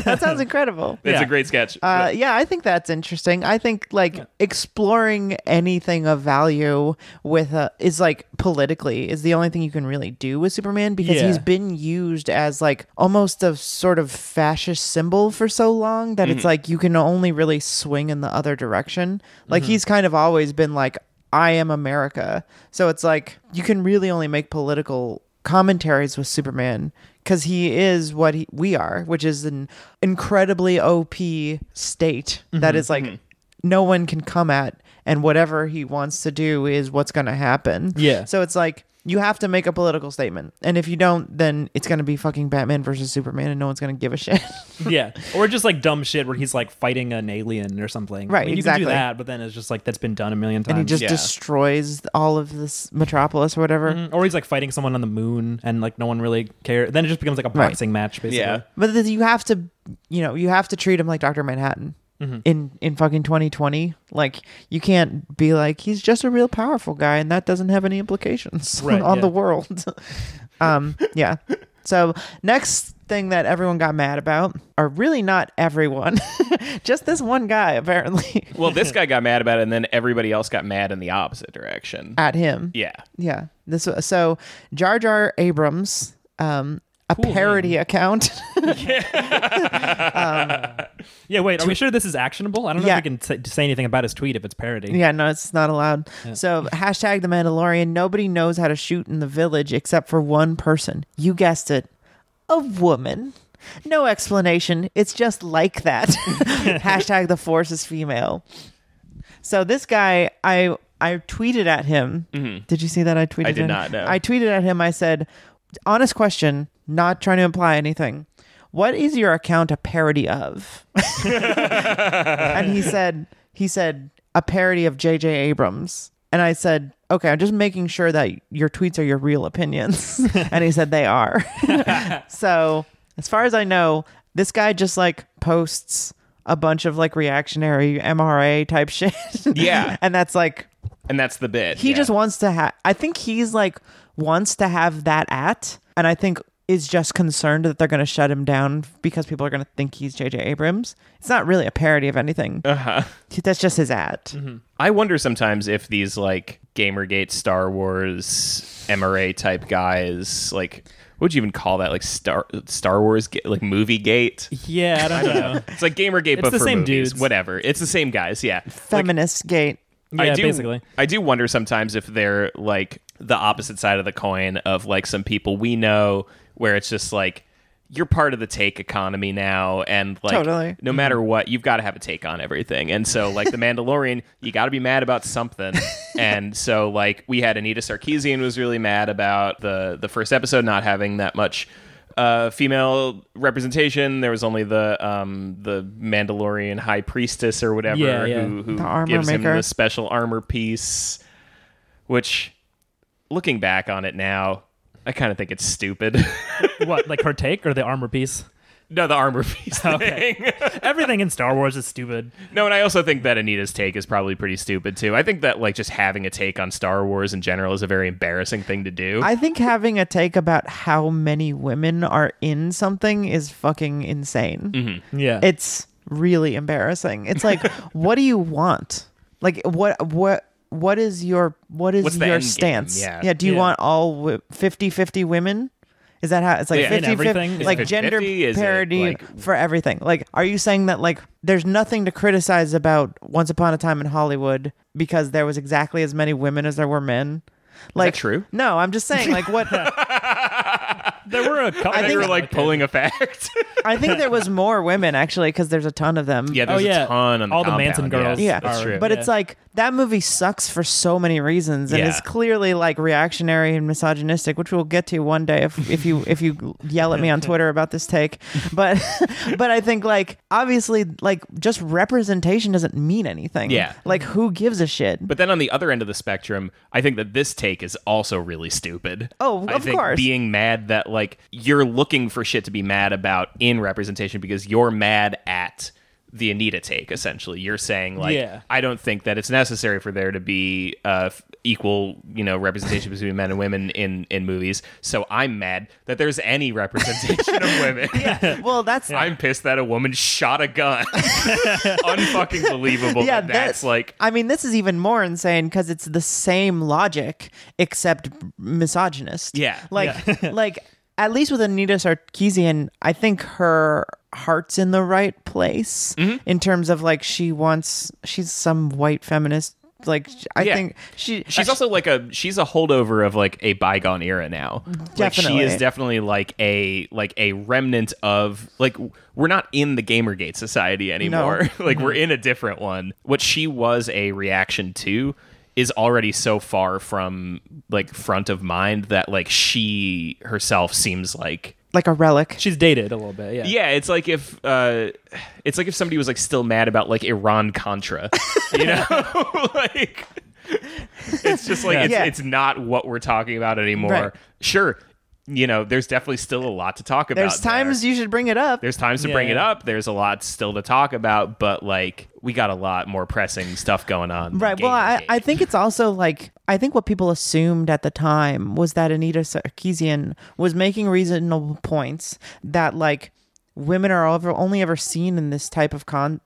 Speaker 3: that
Speaker 5: (laughs)
Speaker 3: sounds incredible.
Speaker 5: Yeah.
Speaker 4: a great sketch.
Speaker 3: Uh, yeah, I think that's interesting. I think like exploring anything of value with a, is like politically is the only thing you can really do with Superman because
Speaker 5: Yeah.
Speaker 3: he's been used as like almost a sort of fascist symbol for so long that
Speaker 5: Mm-hmm.
Speaker 3: it's like you can only really swing in the other direction. Like
Speaker 5: Mm-hmm.
Speaker 3: he's kind of always been like I am America. So it's like you can really only make political commentaries with Superman because he is what he, we are, which is an incredibly OP state
Speaker 5: Mm-hmm.
Speaker 3: that is like no one can come at, and whatever he wants to do is what's going to happen.
Speaker 5: Yeah.
Speaker 3: So it's like you have to make a political statement, and if you don't, then it's going to be fucking Batman versus Superman, and no one's going to give a shit. (laughs)
Speaker 5: yeah, or just like dumb shit where he's like fighting an alien or something. I
Speaker 3: Right,
Speaker 5: mean, you
Speaker 3: exactly.
Speaker 5: can do that, but then it's just like that's been done a million
Speaker 3: and
Speaker 5: times.
Speaker 3: he just
Speaker 4: yeah.
Speaker 3: destroys all of this metropolis or whatever.
Speaker 5: or he's like fighting someone on the moon and like no one really cares. Then it just becomes like a
Speaker 3: Right.
Speaker 5: boxing match, basically.
Speaker 4: yeah.
Speaker 3: But th- you have to, you know, you have to treat him like Doctor Manhattan
Speaker 5: Mm-hmm.
Speaker 3: in in fucking 2020. Like you can't be like he's just a real powerful guy, and that doesn't have any implications (laughs)
Speaker 5: Right,
Speaker 3: on
Speaker 5: yeah.
Speaker 3: the world. (laughs) um, yeah. So next thing that everyone got mad about, or really not everyone, (laughs) just this one guy apparently
Speaker 4: well, this guy got mad about it, and then everybody else got mad in the opposite direction.
Speaker 3: at him.
Speaker 4: yeah.
Speaker 3: Yeah. This wa- so Jar Jar Abrams, um, a parody account. (laughs)
Speaker 5: Yeah, wait, are we sure this is actionable? I don't know
Speaker 3: Yeah.
Speaker 5: if we can say say anything about his tweet if it's parody.
Speaker 3: Yeah, no, it's not allowed. So hashtag the Mandalorian. Nobody knows how to shoot in the village except for one person. You guessed it, a woman. No (laughs)
Speaker 4: (laughs)
Speaker 3: explanation. It's just like that. hashtag the force is female. So this guy, I I tweeted at him. Did you see that I tweeted?
Speaker 4: Mm-hmm.
Speaker 3: at
Speaker 4: did
Speaker 3: him?
Speaker 4: not, no.
Speaker 3: I tweeted at him. I said, "Honest question, not trying to imply anything. What is your account a parody of?" and he said, he said a parody of J.J. Abrams. And I said, "Okay, I'm just making sure that your tweets are your real opinions." and he said they are. So, as far as I know, this guy just like posts a bunch of like reactionary MRA type shit.
Speaker 4: Yeah.
Speaker 3: (laughs) and that's like
Speaker 4: and that's the bit.
Speaker 3: he
Speaker 4: yeah.
Speaker 3: just wants to have I think he's like wants to have that at and I think is just concerned that they're going to shut him down because people are going to think he's JJ Abrams. It's not really a parody of anything. Uh-huh. That's just his ad.
Speaker 4: I wonder sometimes if these like Gamergate, Star Wars, MRA type guys, like what would you even call that? Like Star Star Wars, ga- like movie gate.
Speaker 5: Yeah, I don't know.
Speaker 4: It's like Gamergate, but
Speaker 5: the
Speaker 4: for
Speaker 5: same
Speaker 4: movies.
Speaker 5: dudes.
Speaker 4: Whatever. It's the same guys. Yeah.
Speaker 3: Feminist gate.
Speaker 5: yeah,
Speaker 4: I do,
Speaker 5: basically.
Speaker 4: I do wonder sometimes if they're like the opposite side of the coin of like some people we know where it's just like you're part of the take economy now and like
Speaker 3: Totally.
Speaker 4: no matter what you've got to have a take on everything and so like the mandalorian (laughs) you got to be mad about something and so like we had anita sarkeesian was really mad about the the first episode not having that much uh, female representation. There was only the um, the Mandalorian high priestess or whatever
Speaker 5: Yeah, yeah.
Speaker 4: who, who
Speaker 3: The armor
Speaker 4: gives him
Speaker 3: maker.
Speaker 4: the special armor piece, which, looking back on it now, I kind of think it's stupid. (laughs)
Speaker 5: What, like her take or the armor piece?
Speaker 4: no, the
Speaker 3: (laughs)
Speaker 4: armor (laughs) piece thing. (laughs)
Speaker 5: Everything in Star Wars is stupid.
Speaker 4: no, and I also think that Anita's take is probably pretty stupid too. I think that like just having a take on Star Wars in general is a very embarrassing thing to do.
Speaker 3: I think having a take about how many women are in something is fucking insane.
Speaker 5: Yeah.
Speaker 3: it's really embarrassing. It's
Speaker 4: (laughs)
Speaker 3: like, what do you want? Like, what what what is your what is
Speaker 4: What's the
Speaker 3: your
Speaker 4: end game?
Speaker 3: stance?
Speaker 4: Yeah.
Speaker 3: do you
Speaker 5: Yeah.
Speaker 3: want all wi- 50-50 women? Is that how it's like
Speaker 4: Yeah, in
Speaker 3: 50
Speaker 5: everything? Is it
Speaker 3: like
Speaker 4: 50-50?
Speaker 3: gender
Speaker 4: Is it,
Speaker 3: parity
Speaker 4: like-
Speaker 3: for everything? Like, are you saying that like there's nothing to criticize about Once Upon a Time in Hollywood because there was exactly as many women as there were men? Like
Speaker 4: true?
Speaker 3: No, I'm just saying like
Speaker 4: (laughs)
Speaker 3: what
Speaker 5: there were a couple.
Speaker 3: I
Speaker 4: they
Speaker 3: think-
Speaker 4: were like pulling a fact. (laughs)
Speaker 3: I think there was more women actually because there's a ton of them.
Speaker 4: yeah, there's
Speaker 5: oh yeah,
Speaker 4: a ton on the
Speaker 5: all the
Speaker 4: compound,
Speaker 5: Manson girls.
Speaker 3: Yeah,
Speaker 4: that's
Speaker 5: are-
Speaker 4: true.
Speaker 3: But
Speaker 5: yeah.
Speaker 3: it's like that movie sucks for so many reasons and
Speaker 4: Yeah.
Speaker 3: is clearly like reactionary and misogynistic, which we'll get to one day if, if you if you yell at me
Speaker 4: (laughs)
Speaker 3: on Twitter about this take. But (laughs) but I think like obviously like just representation doesn't mean anything.
Speaker 4: Yeah.
Speaker 3: Like who gives a shit?
Speaker 4: But then on the other end of the spectrum, I think that this take is also really stupid.
Speaker 3: Oh,
Speaker 4: I
Speaker 3: of
Speaker 4: think
Speaker 3: course.
Speaker 4: Being mad that like you're looking for shit to be mad about in representation because you're mad at the Anita take. Essentially, you're saying like
Speaker 5: Yeah.
Speaker 4: I don't think that it's necessary for there to be uh, f- equal you know representation between men and women in in movies. So I'm mad that there's any representation
Speaker 3: (laughs)
Speaker 4: of women.
Speaker 3: well, that's
Speaker 4: I'm pissed that a woman shot a gun. (laughs) Unfucking believable.
Speaker 3: yeah,
Speaker 4: that that's
Speaker 3: that-
Speaker 4: like
Speaker 3: I mean, this is even more insane because it's the same logic except misogynist.
Speaker 4: Yeah. (laughs)
Speaker 3: like like at least with Anita Sarkeesian, I think her heart's in the right place
Speaker 4: Mm-hmm.
Speaker 3: in terms of like she wants she's some white feminist. Like I
Speaker 4: Yeah.
Speaker 3: think she uh,
Speaker 4: She's also like a she's a holdover of like a bygone era now. Like she
Speaker 3: Definitely.
Speaker 4: is definitely like a like a remnant of like we're not in the Gamergate society anymore. (laughs) like we're in a different one. What she was a reaction to is already so far from like front of mind that like she herself seems like
Speaker 3: like a relic.
Speaker 5: she's dated a little bit. Yeah.
Speaker 4: yeah, it's like if uh, it's like if somebody was like still mad about like
Speaker 3: (laughs)
Speaker 4: Iran Contra, you know, (laughs) like it's just like it's,
Speaker 3: Yeah.
Speaker 4: it's not what we're talking about anymore.
Speaker 3: Right.
Speaker 4: Sure, you know, there's definitely still a lot to talk about.
Speaker 3: There's times
Speaker 4: there.
Speaker 3: you should bring it up.
Speaker 4: there's times to bring it
Speaker 5: Yeah.
Speaker 4: up. There's a lot still to talk about, but like we got a lot more pressing stuff going on. than
Speaker 3: Right. Well, I,
Speaker 4: Gamergate.
Speaker 3: I think it's also like I think what people assumed at the time was that Anita Sarkeesian was making reasonable points that like women are ever, only ever seen in this type of con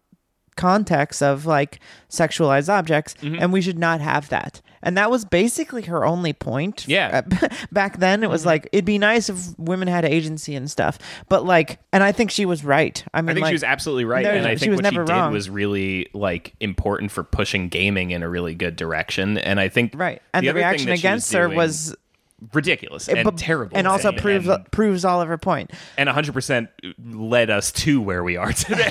Speaker 3: context of like sexualized objects
Speaker 4: Mm-hmm.
Speaker 3: and we should not have that and that was basically her only point
Speaker 4: Yeah. Mm-hmm.
Speaker 3: Uh, (laughs) back then it was like it'd be nice if women had agency and stuff but like and i think she was right i mean
Speaker 4: I think
Speaker 3: like,
Speaker 4: she was absolutely right,
Speaker 3: there-
Speaker 4: and I
Speaker 3: she
Speaker 4: think
Speaker 3: was
Speaker 4: what she
Speaker 3: never
Speaker 4: did
Speaker 3: wrong.
Speaker 4: was really like important for pushing gaming in a really good direction. And I think
Speaker 3: Right. And
Speaker 4: the,
Speaker 3: the,
Speaker 4: other
Speaker 3: reaction
Speaker 4: thing that she
Speaker 3: against her
Speaker 4: doing-
Speaker 3: was
Speaker 4: ridiculous and
Speaker 3: but-
Speaker 4: terrible,
Speaker 3: and also
Speaker 4: and,
Speaker 3: proves
Speaker 4: and,
Speaker 3: proves all of her point.
Speaker 4: and 100% led us to where we are (laughs) today.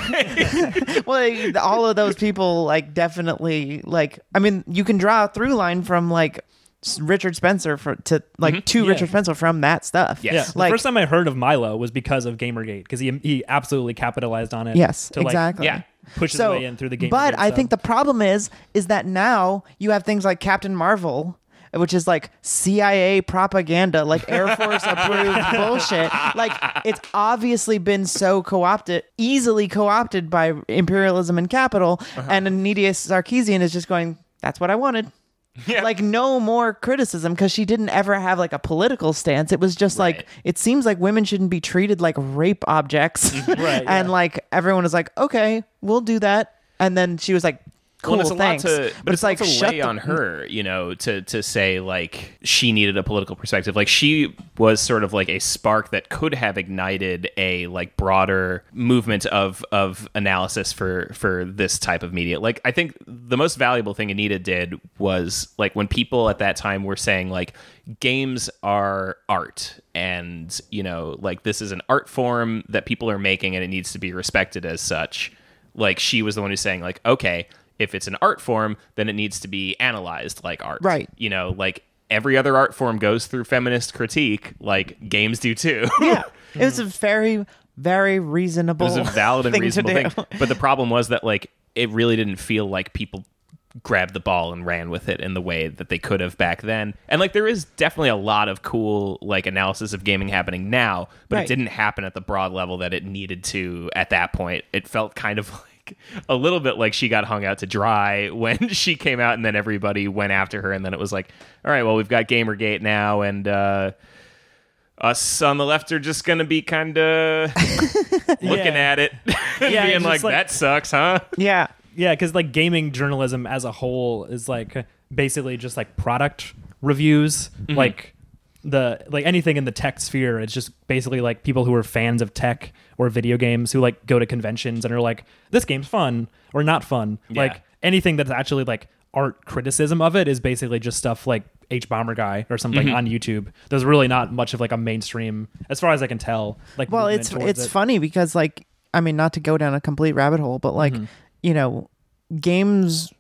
Speaker 3: Well, like, all of those people like definitely like. I mean, you can draw a through line from like s- Richard Spencer for to like to
Speaker 5: Mm-hmm. Yeah.
Speaker 3: Richard Spencer from that stuff.
Speaker 4: Yes.
Speaker 5: Yeah,
Speaker 3: like
Speaker 5: the first time I heard of Milo was because of GamerGate because he he absolutely capitalized on it.
Speaker 3: yes,
Speaker 5: to, like,
Speaker 3: exactly.
Speaker 4: yeah,
Speaker 5: push his way in through the game.
Speaker 3: But I think the problem is, is that now you have things like Captain Marvel, which is like CIA propaganda, like Air
Speaker 5: (laughs)
Speaker 3: Force approved bullshit. Like it's obviously been so co-opted, easily co-opted by imperialism and capital.
Speaker 5: Uh-huh.
Speaker 3: And Anita Sarkeesian is just going, "That's what I wanted." (laughs) Like no more criticism because she didn't ever have like a political stance. It was just like
Speaker 4: Right.
Speaker 3: it seems like women shouldn't be treated like rape
Speaker 4: (laughs)
Speaker 3: objects.
Speaker 5: Right,
Speaker 3: (laughs) and like everyone was like, okay, we'll do that. And then she was like, cool,
Speaker 4: Well, it's a
Speaker 3: thanks.
Speaker 4: lot to,
Speaker 3: but,
Speaker 4: but,
Speaker 3: it's, like,
Speaker 4: a lot to
Speaker 3: shut
Speaker 4: lay
Speaker 3: the-
Speaker 4: on her, you know, to to say like she needed a political perspective. Like she was sort of like a spark that could have ignited a like broader movement of of analysis for for this type of media. Like I think the most valuable thing Anita did was like when people at that time were saying like games are art and you know like this is an art form that people are making and it needs to be respected as such like she was the one who's saying like okay if it's an art form then it needs to be analyzed like art
Speaker 3: Right.
Speaker 4: you know like every other art form goes through feminist critique like games do too
Speaker 3: (laughs)
Speaker 4: (laughs)
Speaker 3: Yeah. It was a very, very reasonable
Speaker 4: it was a valid and
Speaker 3: thing
Speaker 4: reasonable
Speaker 3: to do.
Speaker 4: thing but the problem was that like it really didn't feel like people grabbed the ball and ran with it in the way that they could have back then and like there is definitely a lot of cool like analysis of gaming happening now but
Speaker 3: Right.
Speaker 4: it didn't happen at the broad level that it needed to at that point it felt kind of (laughs) like a little bit like she got hung out to dry (laughs) when she came out and then everybody went after her and then it was like all right well we've got gamergate now and uh us on the left are just gonna be kind of looking at it (laughs) and
Speaker 5: Yeah,
Speaker 4: being
Speaker 5: it's
Speaker 4: like,
Speaker 5: just like-
Speaker 4: that sucks, huh?
Speaker 3: (laughs) Yeah.
Speaker 5: yeah, because like gaming journalism as a whole is like basically just like product reviews, like the like anything in the tech sphere. It's just basically like people who are fans of tech or video games who like go to conventions and are like, this game's fun or not fun. Like anything that's actually like art criticism of it is basically just stuff like H Bomber Guy or something on YouTube. There's really not much of like a mainstream, as far as I can tell. Like,
Speaker 3: Well,
Speaker 5: movement
Speaker 3: it's
Speaker 5: towards
Speaker 3: it's
Speaker 5: it.
Speaker 3: funny because like I mean, not to go down a complete rabbit hole, but like
Speaker 5: Mm-hmm.
Speaker 3: you know, games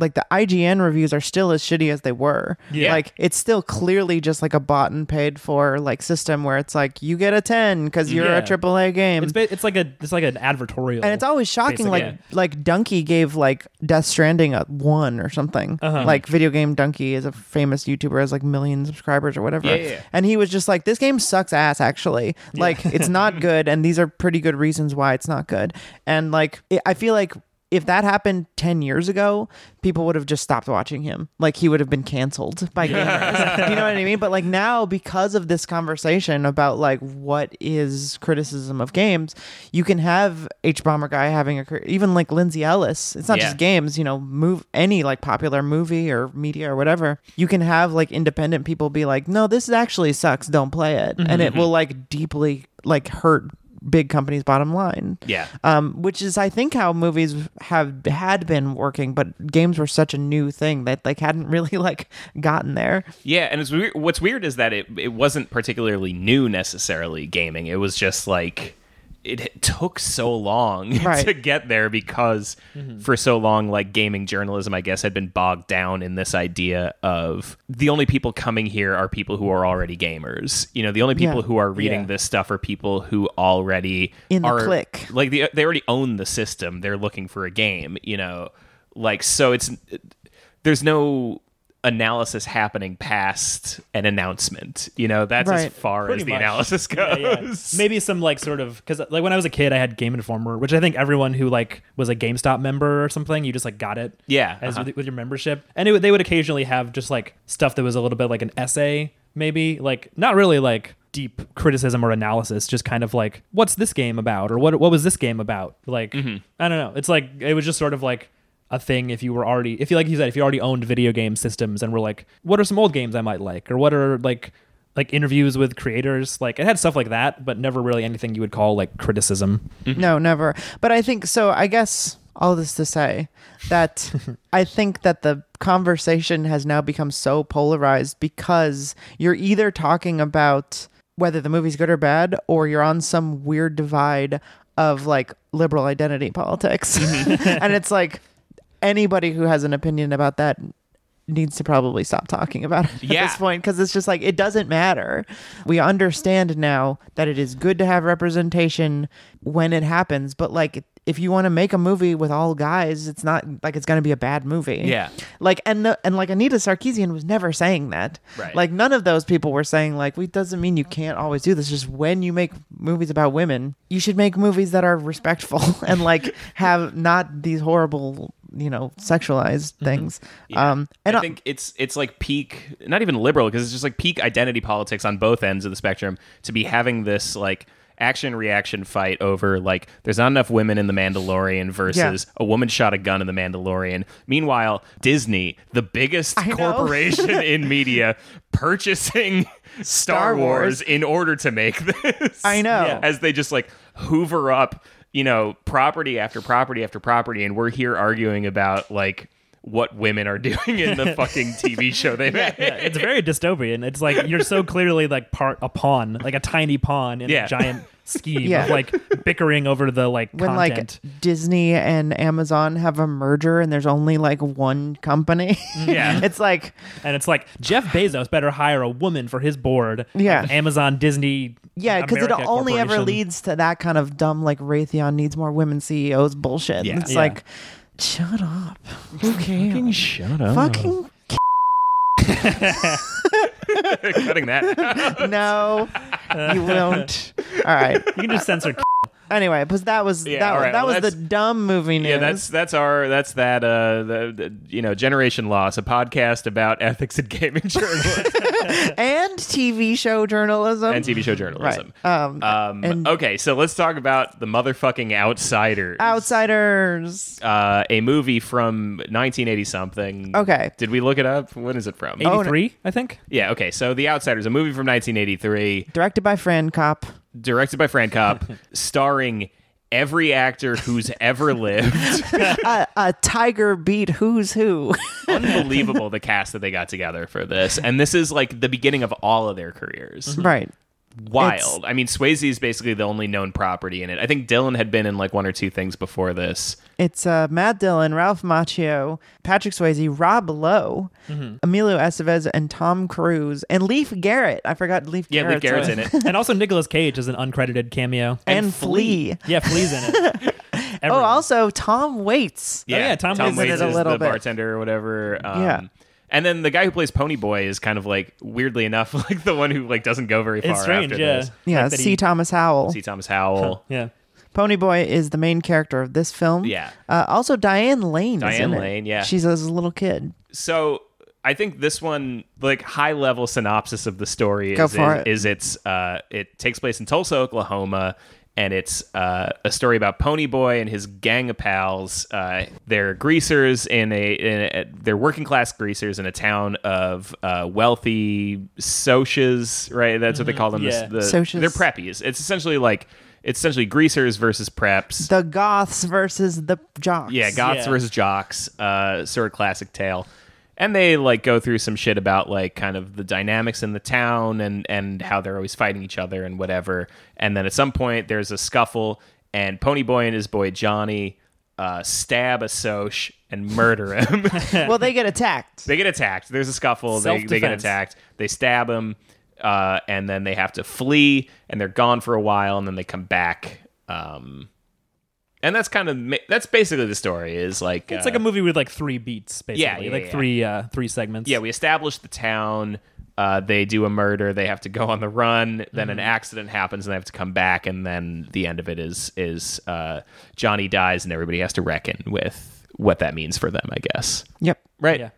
Speaker 3: like the IGN reviews are still as shitty as they were.
Speaker 5: Yeah.
Speaker 3: Like it's still clearly just like a bought and paid for like system where it's like you get a ten because you're
Speaker 5: Yeah.
Speaker 3: a AAA game.
Speaker 5: It's, ba- it's like a it's like an advertorial,
Speaker 3: and it's always shocking
Speaker 5: Basically,
Speaker 3: like like Dunkey gave like Death Stranding a 1 or something.
Speaker 4: Uh-huh.
Speaker 3: Like video game Dunkey is a famous YouTuber has like million subscribers or whatever.
Speaker 4: Yeah, yeah, yeah.
Speaker 3: And he was just like this game sucks ass actually. Like it's
Speaker 4: (laughs)
Speaker 3: not good and these are pretty good reasons why it's not good. And like it, I feel like if that happened 10 years ago, people would have just stopped watching him. Like he would have been canceled by gamers. (laughs) you know what I mean? But like now because of this conversation about like what is criticism of games, you can have H bomber guy having a cri- even like Lindsay Ellis. It's not
Speaker 4: Yeah.
Speaker 3: just games, you know, move any like popular movie or media or whatever. You can have like independent people be like, "No, this actually sucks. Don't play it." And it will like deeply like hurt big companies bottom line
Speaker 4: Yeah.
Speaker 3: um, which is I think how movies have had been working, but games were such a new thing that like hadn't really (laughs) like gotten there.
Speaker 4: Yeah, and it's weird. What's weird is that it it wasn't particularly new necessarily gaming. It was just like it took so long (laughs)
Speaker 3: Right.
Speaker 4: to get there because for so long like gaming journalism I guess had been bogged down in this idea of the only people coming here are people who are already gamers. You know, the only people
Speaker 3: Yeah.
Speaker 4: who are reading
Speaker 5: Yeah.
Speaker 4: this stuff are people who already
Speaker 3: In the
Speaker 4: are
Speaker 3: click.
Speaker 4: like they, they already own the system they're looking for a game you know like so it's there's no analysis happening past an announcement you know that's
Speaker 3: Right.
Speaker 4: as far
Speaker 5: Pretty
Speaker 4: as the
Speaker 5: much.
Speaker 4: analysis
Speaker 5: Yeah,
Speaker 4: goes (laughs)
Speaker 5: yeah. Maybe some like sort of because like when I was a kid, I had Game Informer, which I think everyone who like was a GameStop member or something, you just like got it.
Speaker 4: Yeah,
Speaker 5: as
Speaker 4: uh-huh.
Speaker 5: with, with your membership, and it, would- they would occasionally have just like stuff that was a little bit like an essay, maybe like not really like deep criticism or analysis, just kind of like what's this game about or what what was this game about? Like I don't know. It's like it was just sort of like a thing if you were already if you like you said if you already owned video game systems and were like what are some old games I might like or what are like like interviews with creators like it had stuff like that but never really anything you would call like criticism
Speaker 3: No, never. But I think so. I guess all this to say that I think that the conversation has now become so polarized because you're either talking about whether the movie's good or bad, or you're on some weird divide of like liberal identity politics. (laughs) and it's like anybody who has an opinion about that needs to probably stop talking about it
Speaker 4: Yeah.
Speaker 3: at this point because it's just like it doesn't matter. We understand now that it is good to have representation when it happens, but like if you want to make a movie with all guys, it's not like it's going to be a bad movie.
Speaker 4: Yeah.
Speaker 3: Like and the, and like Anita Sarkeesian was never saying that.
Speaker 4: Right.
Speaker 3: Like none of those people were saying like we doesn't mean you can't always do this. Just when you make movies about women, you should make movies that are respectful (laughs) and like have not these horrible, you know, sexualized things. Um and
Speaker 4: Mm-hmm. I think it's it's like peak, not even liberal, because it's just like peak identity politics on both ends of the spectrum to be having this like action reaction fight over like there's not enough women in the Mandalorian versus a woman shot a gun in the Mandalorian. Meanwhile, Disney, the biggest
Speaker 3: know. (laughs)
Speaker 4: corporation in media, purchasing Star, Wars.
Speaker 3: Wars.
Speaker 4: in order to make this.
Speaker 3: I know. Yeah.
Speaker 4: (laughs) As they just like hoover up, you know, property after property after property, and we're here arguing about like what women are (laughs) doing in the fucking TV
Speaker 3: (laughs)
Speaker 4: show they made.
Speaker 5: it's very dystopian. It's like you're so clearly like part a pawn, like a tiny pawn in
Speaker 4: Yeah.
Speaker 5: a giant scheme
Speaker 3: Yeah.
Speaker 5: of like bickering over the like
Speaker 3: when
Speaker 5: content.
Speaker 3: like Disney and Amazon have a merger and there's only like one company.
Speaker 4: Mm. Yeah.
Speaker 3: (laughs) it's like
Speaker 5: and it's like Jeff Bezos better hire a woman for his board.
Speaker 3: Yeah.
Speaker 5: of Amazon, Disney.
Speaker 3: yeah, because it
Speaker 5: America
Speaker 3: only ever
Speaker 5: Corporation.
Speaker 3: leads to that kind of dumb like Raytheon needs more women CEOs bullshit.
Speaker 4: Yeah.
Speaker 3: It's
Speaker 5: Yeah.
Speaker 3: like shut
Speaker 4: (laughs)
Speaker 3: up. Who cares?
Speaker 4: Shut up.
Speaker 3: Fucking
Speaker 4: (laughs) Cutting that. (laughs)
Speaker 3: no, you won't. All right.
Speaker 5: You can just
Speaker 3: (laughs)
Speaker 5: censor.
Speaker 3: Oh, Anyway, because that was
Speaker 4: Yeah,
Speaker 3: that,
Speaker 4: all right,
Speaker 3: that
Speaker 4: well,
Speaker 3: was the
Speaker 4: that's-
Speaker 3: dumb movie news.
Speaker 4: yeah, that's that's our that's that uh the, the you know generation loss, a podcast about ethics and gaming (laughs) journalism
Speaker 3: and TV show journalism
Speaker 4: and TV show journalism.
Speaker 3: Right. Um,
Speaker 4: Um,
Speaker 3: and-
Speaker 4: okay, so let's talk about the motherfucking outsider.
Speaker 3: outsiders.
Speaker 4: uh, a movie from 1980 something.
Speaker 3: Okay.
Speaker 4: Did we look it up? When is it from?
Speaker 3: Oh, no.
Speaker 5: Eighty-three, I think.
Speaker 4: Yeah, okay. So The Outsiders, a movie from 1983,
Speaker 3: Directed by Fran Cop.
Speaker 4: directed by Fran Kopp, starring every actor who's ever lived.
Speaker 3: a tiger beat who's who. (laughs)
Speaker 4: Unbelievable the cast that they got together for this. And this is like the beginning of all of their careers.
Speaker 3: right.
Speaker 4: Wild. I mean, Swayze is basically the only known property in it. I think Dylan had been in like one or two things before this.
Speaker 3: It's uh, Matt Dillon, Ralph Macchio, Patrick Swayze, Rob Lowe,
Speaker 4: Mm-hmm.
Speaker 3: Emilio Estevez, and Tom Cruise, and Leaf Garrett. I forgot Leaf
Speaker 4: Yeah, Leaf
Speaker 3: Garrett.
Speaker 4: Garrett's in
Speaker 5: (laughs)
Speaker 4: it.
Speaker 5: and also Nicolas Cage is an uncredited cameo.
Speaker 3: And, Flea.
Speaker 5: yeah, Flea's in it.
Speaker 3: (laughs) Oh,
Speaker 5: Everyone.
Speaker 3: also Tom Waits.
Speaker 4: Yeah,
Speaker 5: yeah, Tom Waits
Speaker 3: is
Speaker 4: Waits
Speaker 3: in it a
Speaker 4: is
Speaker 3: little
Speaker 4: the
Speaker 3: bit.
Speaker 4: bartender or whatever. Um,
Speaker 3: Yeah.
Speaker 4: And then the guy who plays Pony Boy is kind of like weirdly enough (laughs) like the one who like doesn't go very far
Speaker 5: it's strange.
Speaker 4: after
Speaker 5: Yeah,
Speaker 4: this.
Speaker 3: Yeah,
Speaker 5: Like that
Speaker 3: C.
Speaker 5: he-
Speaker 3: Thomas Howell.
Speaker 4: See Thomas Howell.
Speaker 5: Yeah.
Speaker 3: Ponyboy is the main character of this film.
Speaker 4: Yeah.
Speaker 3: Uh, also, Diane Lane. is
Speaker 4: Diane
Speaker 3: in it.
Speaker 4: Lane, yeah.
Speaker 3: She's a little kid.
Speaker 4: So I think this one like high level synopsis of the story
Speaker 3: Go
Speaker 4: is,
Speaker 3: for
Speaker 4: is,
Speaker 3: it.
Speaker 4: it's uh it takes place in Tulsa, Oklahoma. And it's uh, a story about Pony Boy and his gang of pals. Uh, they're greasers in a, in a they're working class greasers in a town of uh, wealthy socias, right? That's what they call them. this-
Speaker 5: yeah.
Speaker 4: the-
Speaker 3: Socias.
Speaker 4: They're preppies. It's essentially like it's essentially greasers versus preps.
Speaker 3: The Goths versus the Jocks.
Speaker 4: Yeah, goths
Speaker 5: Yeah.
Speaker 4: versus jocks, uh, sort of classic tale. And they like go through some shit about like kind of the dynamics in the town and and how they're always fighting each other and whatever. And then at some point there's a scuffle and Ponyboy and his boy Johnny uh, stab a Soch and murder him. (laughs)
Speaker 3: well, they get attacked.
Speaker 4: they get attacked. There's a scuffle. They, they get
Speaker 5: Self-defense.
Speaker 4: attacked. They stab him, uh, and then they have to flee. And they're gone for a while, and then they come back. Um, and that's kind of ma- that's basically the story. Is like
Speaker 5: It's like a movie with like three beats, basically,
Speaker 4: Yeah, yeah,
Speaker 5: like
Speaker 4: yeah.
Speaker 5: three uh, three segments.
Speaker 4: yeah. We establish the town. Uh, they do a murder. They have to go on the run. Then
Speaker 3: Mm-hmm.
Speaker 4: an accident happens, and they have to come back. And then the end of it is is uh, Johnny dies, and everybody has to reckon with what that means for them. I guess.
Speaker 3: Yep.
Speaker 4: Right.
Speaker 5: yeah,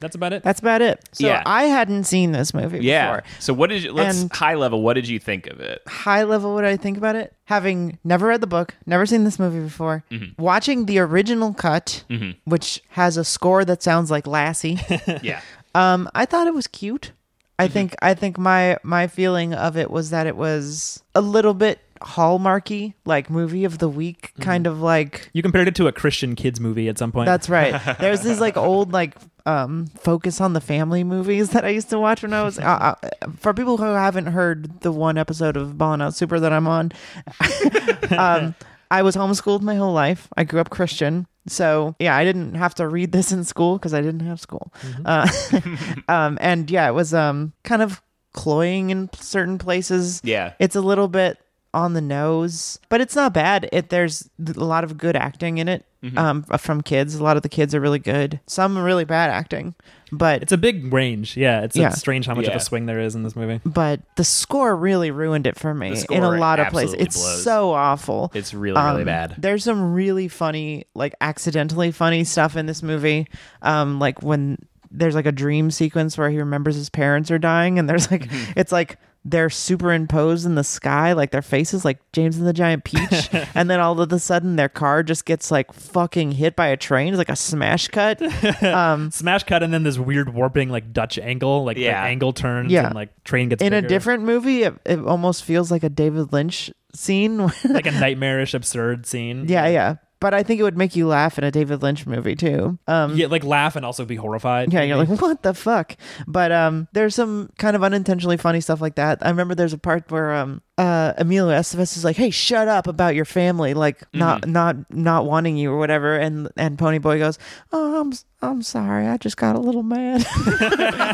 Speaker 5: that's about it.
Speaker 3: That's about it. So
Speaker 4: Yeah.
Speaker 3: I hadn't seen this movie
Speaker 4: Yeah.
Speaker 3: before.
Speaker 4: So what did you? Let's
Speaker 3: And-
Speaker 4: high level. What did you think
Speaker 3: (laughs)
Speaker 4: of it?
Speaker 3: high level what I think about it, having never read the book, never seen this movie before, watching the original cut, which has a score that sounds like Lassie,
Speaker 4: Yeah.
Speaker 3: um, I thought it was cute. I think I think my my feeling of it was that it was a little bit hallmarky like movie of the week kind of like
Speaker 5: You compared it to a Christian kids movie at some point.
Speaker 3: that's right there's these like old like um focus on the family movies (laughs) that i used to watch when i was uh, uh, for people who haven't heard the one episode of ball and out super that i'm on (laughs) um i was homeschooled my whole life i grew up christian so yeah i didn't have to read this in school because i didn't have school uh, (laughs) um and yeah it was um kind of cloying in certain places
Speaker 4: Yeah.
Speaker 3: it's a little bit on the nose, but it's not bad. It there's a lot of good acting in it um, from kids. A lot of the kids are really good. Some are really bad acting, but
Speaker 5: It's a big range. Yeah, it's,
Speaker 3: Yeah.
Speaker 5: it's strange how much of
Speaker 4: Yeah.
Speaker 5: a swing there is in this movie.
Speaker 3: but the score really ruined it for me in a
Speaker 4: score
Speaker 3: lot of places.
Speaker 4: absolutely
Speaker 3: It's
Speaker 4: blows.
Speaker 3: so awful. Um,
Speaker 4: It's really, really bad.
Speaker 3: There's some really funny, like accidentally funny stuff in this movie. Um, like when there's like a dream sequence where he remembers his parents are dying, and there's
Speaker 4: (laughs)
Speaker 3: like it's like they're superimposed in the sky, like their faces, like James and the Giant
Speaker 4: (laughs)
Speaker 3: Peach, and then all of a sudden their car just gets like fucking hit by a train, it's like a smash
Speaker 4: (laughs)
Speaker 3: cut.
Speaker 5: Smash cut and then this weird warping like Dutch angle, like
Speaker 4: Yeah.
Speaker 5: the angle turns
Speaker 3: Yeah.
Speaker 5: and like train gets
Speaker 3: in a
Speaker 5: bigger.
Speaker 3: different movie, it, it almost feels like a David Lynch scene. (laughs)
Speaker 5: like a nightmarish absurd scene.
Speaker 3: Yeah, yeah. But I think it would make you laugh in a David Lynch movie too. Um,
Speaker 5: Yeah, like laugh and also be horrified.
Speaker 3: yeah, you're like, what the fuck? But um, there's some kind of unintentionally funny stuff like that. I remember there's a part where um, uh, Emilio Estevez is like, "Hey, shut up about your family, like
Speaker 4: Mm-hmm.
Speaker 3: not not not wanting you or whatever," and and Pony Boy goes, "Oh, I'm s- I'm sorry, I just got a little mad." (laughs)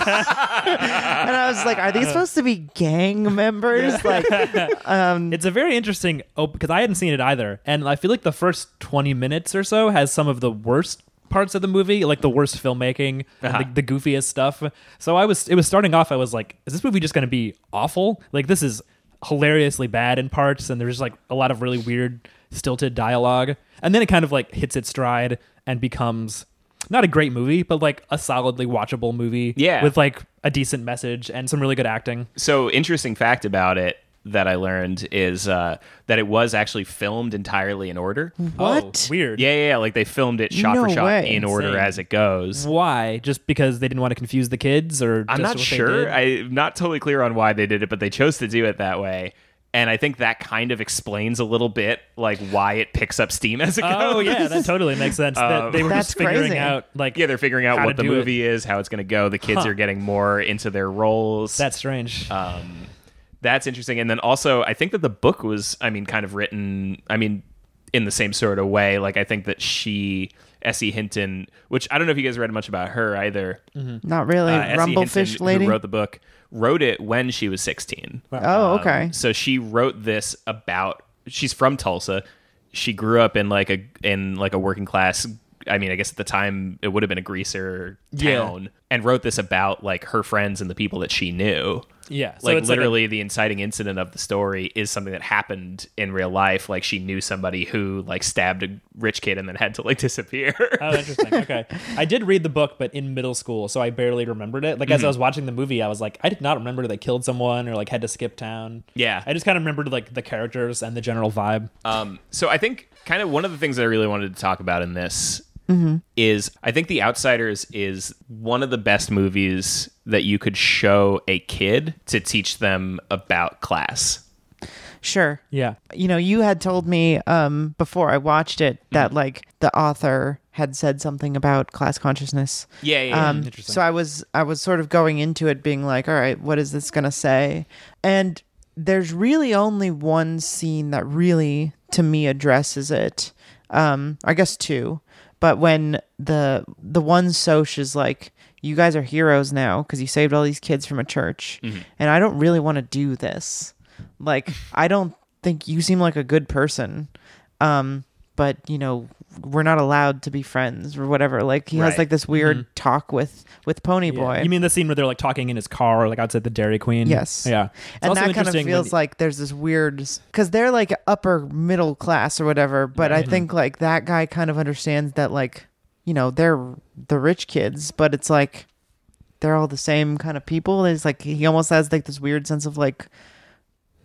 Speaker 3: and I was like, "Are these supposed to be gang members?" Like,
Speaker 4: (laughs)
Speaker 5: It's a very interesting op because I hadn't seen it either, and I feel like the first twenty minutes or so has some of the worst parts of the movie, like the worst filmmaking, and the, the goofiest stuff. So I was, it was starting off. I was like, is this movie just going to be awful? Like this is hilariously bad in parts, and there's like a lot of really weird, stilted dialogue, and then it kind of like hits its stride and becomes not a great movie, but like a solidly watchable movie.
Speaker 4: Yeah.
Speaker 5: with like a decent message and some really good acting.
Speaker 4: so interesting fact about it that I learned is uh, that it was actually filmed entirely in order.
Speaker 3: what?
Speaker 5: Oh, weird.
Speaker 4: Yeah, yeah, yeah, like they filmed it shot
Speaker 3: Hmm. No
Speaker 4: for shot
Speaker 3: way.
Speaker 4: in order
Speaker 5: Insane.
Speaker 4: as it goes.
Speaker 5: Why? Just because they didn't want to confuse the kids, or
Speaker 4: I'm
Speaker 5: just
Speaker 4: not
Speaker 5: what they
Speaker 4: sure.
Speaker 5: did?
Speaker 4: I'm not totally clear on why they did it, but they chose to do it that way. And I think that kind of explains a little bit like why it picks up steam (laughs) as it goes.
Speaker 5: (laughs) oh yeah,
Speaker 4: (laughs)
Speaker 5: that totally makes sense. that they were
Speaker 3: That's
Speaker 5: just figuring
Speaker 3: crazy.
Speaker 5: out like
Speaker 4: Um, Yeah, they're figuring out
Speaker 5: how
Speaker 4: what
Speaker 5: to
Speaker 4: the
Speaker 5: do it.
Speaker 4: movie is, how it's going to go. The kids
Speaker 5: Huh.
Speaker 4: are getting more into their roles.
Speaker 5: That's strange.
Speaker 4: um, that's interesting. And then also, I think that the book was, I mean, kind of written, I mean, in the same sort of way. Like, I think that she, Essie Hinton, which I don't know if you guys read much about her either.
Speaker 5: Mm-hmm.
Speaker 3: Not really.
Speaker 4: Uh, Essie
Speaker 3: Rumblefish
Speaker 4: Hinton,
Speaker 3: lady.
Speaker 4: who wrote the book, wrote it when she was 16.
Speaker 3: oh, okay.
Speaker 4: Um, So she wrote this about she's from Tulsa. She grew up in like a in like a working class I mean, I guess at the time it would have been a greaser
Speaker 5: Yeah.
Speaker 4: town and wrote this about like her friends and the people that she knew.
Speaker 5: yeah, so
Speaker 4: like
Speaker 5: it's
Speaker 4: literally the inciting incident of the story is something that happened in real life. Like she knew somebody who like stabbed a rich kid and then had to like (laughs) disappear.
Speaker 5: Like a, (laughs) oh, interesting. Okay, I did read the book, but in middle school, so I barely remembered it. Like
Speaker 4: Mm-hmm.
Speaker 5: as I was watching the movie, I was like, I did not remember they killed someone or like had to skip town.
Speaker 4: Yeah.
Speaker 5: I just kind of remembered like the characters and the general vibe.
Speaker 4: Um, so I think kind of one of the things that I really wanted to talk about in this
Speaker 3: Mm-hmm.
Speaker 4: is I think The Outsiders is one of the best movies that you could show a kid to teach them about class.
Speaker 3: Sure.
Speaker 5: yeah,
Speaker 3: you know, you had told me um, before I watched it that
Speaker 4: Mm-hmm.
Speaker 3: like the author had said something about class consciousness.
Speaker 4: Yeah, yeah, yeah.
Speaker 3: Um, so I was I was sort of going into it being like, all right, what is this gonna say? And there's really only one scene that really to me addresses it. Um, I guess two, but when the the one Soch is like, you guys are heroes now because you saved all these kids from a church,
Speaker 4: Mm-hmm.
Speaker 3: and I don't really want to do this. Like, I don't think you seem like a good person. Um, but you know, we're not allowed to be friends or whatever. Like he has
Speaker 4: Right.
Speaker 3: like this weird talk with with Pony Boy.
Speaker 5: You mean the scene where they're like talking in his car, like outside the Dairy Queen?
Speaker 3: Yes.
Speaker 5: Yeah, It's
Speaker 3: and
Speaker 5: also
Speaker 3: that kind of
Speaker 5: interesting when-
Speaker 3: feels like there's this weird because they're like upper middle class or whatever. But
Speaker 5: Mm-hmm.
Speaker 3: I think like that guy kind of understands that like you know they're the rich kids, but it's like they're all the same kind of people. It's like he almost has like this weird sense of like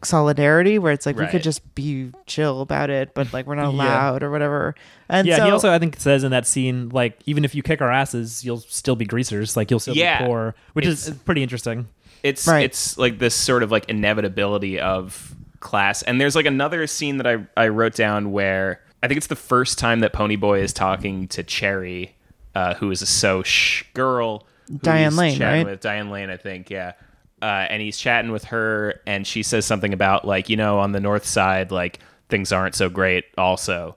Speaker 3: solidarity where it's like we
Speaker 4: Right.
Speaker 3: could just be chill about it, but like we're not
Speaker 5: Yeah.
Speaker 3: allowed or whatever. And
Speaker 5: Yeah,
Speaker 3: so,
Speaker 5: he also I think says in that scene like even if you kick our asses, you'll still be greasers, like you'll still
Speaker 4: Yeah.
Speaker 5: be poor, which is
Speaker 4: It's-
Speaker 5: pretty interesting.
Speaker 4: It's
Speaker 3: Right.
Speaker 4: it's like this sort of like inevitability of class. And there's like another scene that I, I wrote down where I think it's the first time that Ponyboy is talking to Cherry, uh, who is a so sh girl. who
Speaker 3: Diane
Speaker 4: he's
Speaker 3: Lane,
Speaker 4: chatting
Speaker 3: right?
Speaker 4: With Diane Lane, I think, yeah. Uh, and he's chatting with her, and she says something about like you know on the north side, like things aren't so great, also.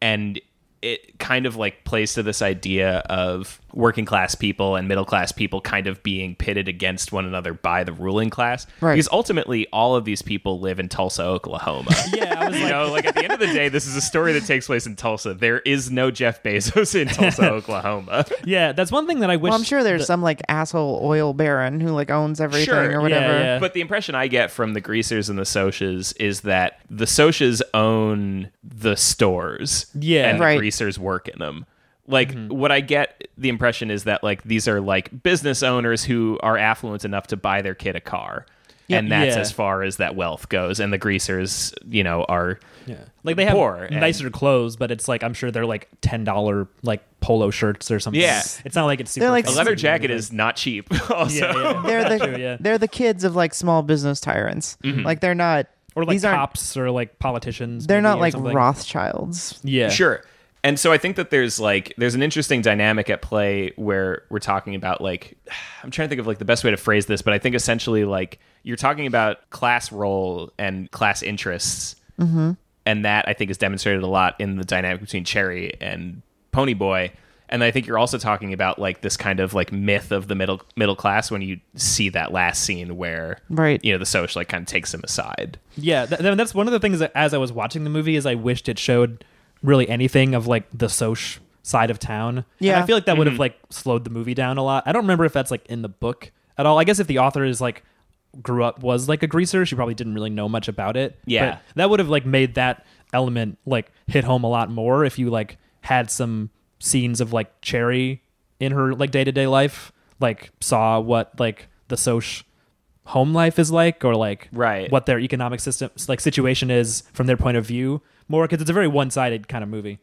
Speaker 4: And it kind of like plays to this idea of working class people and middle class people kind of being pitted against one another by the ruling class,
Speaker 3: Right.
Speaker 4: Because ultimately, all of these people live in Tulsa, Oklahoma.
Speaker 5: Yeah,
Speaker 4: (laughs)
Speaker 5: I was
Speaker 4: You
Speaker 5: like,
Speaker 4: know, like at the end of the day, this is a story that takes place in Tulsa. There is no Jeff Bezos in Tulsa, Oklahoma.
Speaker 5: yeah, that's one thing that I wish.
Speaker 3: Well, I'm sure there's some like asshole oil baron who like owns everything
Speaker 4: Sure, yeah,
Speaker 3: or whatever.
Speaker 5: yeah.
Speaker 4: But the impression I get from the greasers and the socias is that the socias own the stores.
Speaker 5: Yeah. Mm-hmm.
Speaker 4: And
Speaker 3: Right.
Speaker 4: the greasers work in them. Like what I get the impression is that like these are like business owners who are affluent enough to buy their kid a car. And that's
Speaker 5: Yeah.
Speaker 4: as far as that wealth goes. And the greasers, you know, are
Speaker 5: Yeah. Like they have
Speaker 4: Poor and-
Speaker 5: nicer clothes, but it's like I'm sure they're like ten dollar like polo shirts or something.
Speaker 4: Yeah.
Speaker 5: It's not like it's super
Speaker 3: They're like
Speaker 4: a
Speaker 5: fancy (laughs)
Speaker 4: leather
Speaker 5: or
Speaker 4: jacket
Speaker 5: anything.
Speaker 4: is not cheap (laughs) also.
Speaker 5: Yeah, yeah.
Speaker 3: (laughs) They're the
Speaker 5: True, yeah.
Speaker 3: they're the kids of like small business tyrants. Like they're not
Speaker 5: or like
Speaker 3: these aren't-
Speaker 5: cops or like politicians.
Speaker 3: They're
Speaker 5: maybe,
Speaker 3: not
Speaker 5: or
Speaker 3: like
Speaker 5: something.
Speaker 3: Rothschilds.
Speaker 5: Yeah.
Speaker 4: Sure. And so I think that there's like there's an interesting dynamic at play where we're talking about like (sighs) I'm trying to think of like the best way to phrase this, but I think essentially like you're talking about class role and class interests. Mm-hmm. And that I think is demonstrated a lot in the dynamic between Cherry and Ponyboy. And I think you're also talking about like this kind of like myth of the middle middle class when you see that last scene where
Speaker 3: Right.
Speaker 4: you know the social like kind of takes him aside.
Speaker 5: Yeah. Th- th- that's one of the things that as I was watching the movie is I wished it showed really anything of like the soch side of town. And
Speaker 3: Yeah.
Speaker 5: I feel like that would have like slowed the movie down a lot. I don't remember if that's like in the book at all. I guess if the author is like grew up was like a greaser, she probably didn't really know much about it.
Speaker 4: Yeah.
Speaker 5: But that would have like made that element like hit home a lot more if you like had some scenes of like Cherry in her like day to day life, like saw what like the soch home life is like or like
Speaker 4: Right.
Speaker 5: what their economic system like situation is from their point of view more because it's a very one-sided kind of movie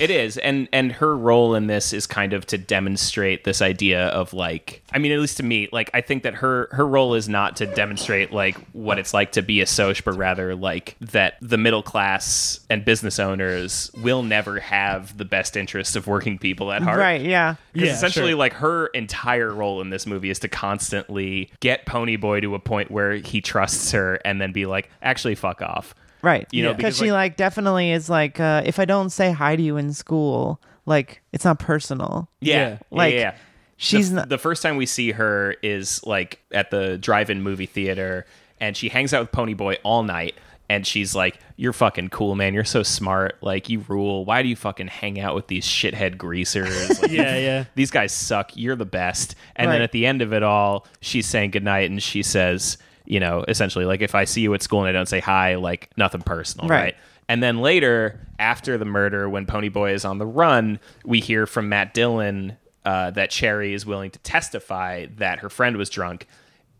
Speaker 4: It is, and and her role in this is kind of to demonstrate this idea of like, I mean, at least to me, like I think that her her role is not to demonstrate like what it's like to be a soch, but rather like that the middle class and business owners will never have the best interests of working people at heart.
Speaker 3: Right, yeah.
Speaker 4: 'Cause
Speaker 5: Yeah,
Speaker 4: essentially,
Speaker 5: sure.
Speaker 4: like her entire role in this movie is to constantly get Ponyboy to a point where he trusts her, and then be like, "Actually, fuck off."
Speaker 3: Right.
Speaker 4: You know,
Speaker 3: because
Speaker 4: because,
Speaker 3: she
Speaker 4: like-
Speaker 3: like definitely is like uh, if I don't say hi to you in school, like it's not personal.
Speaker 5: Yeah.
Speaker 4: Yeah,
Speaker 3: Like
Speaker 4: yeah, yeah.
Speaker 3: she's
Speaker 4: the,
Speaker 3: not
Speaker 4: the first time we see her is like at the drive-in movie theater and she hangs out with ponyboy all night and she's like you're fucking cool man you're so smart like you rule why do you fucking hang out with these
Speaker 3: (laughs)
Speaker 4: shithead greasers Like,
Speaker 5: yeah yeah
Speaker 4: these guys suck you're the best and then
Speaker 3: Right.
Speaker 4: at the end of it all she's saying goodnight and she says you know essentially like if i see you at school and i don't say hi like nothing personal
Speaker 3: Right.
Speaker 4: right, And then later, after the murder, when Ponyboy is on the run, we hear from Matt Dillon uh, that Cherry is willing to testify that her friend was drunk.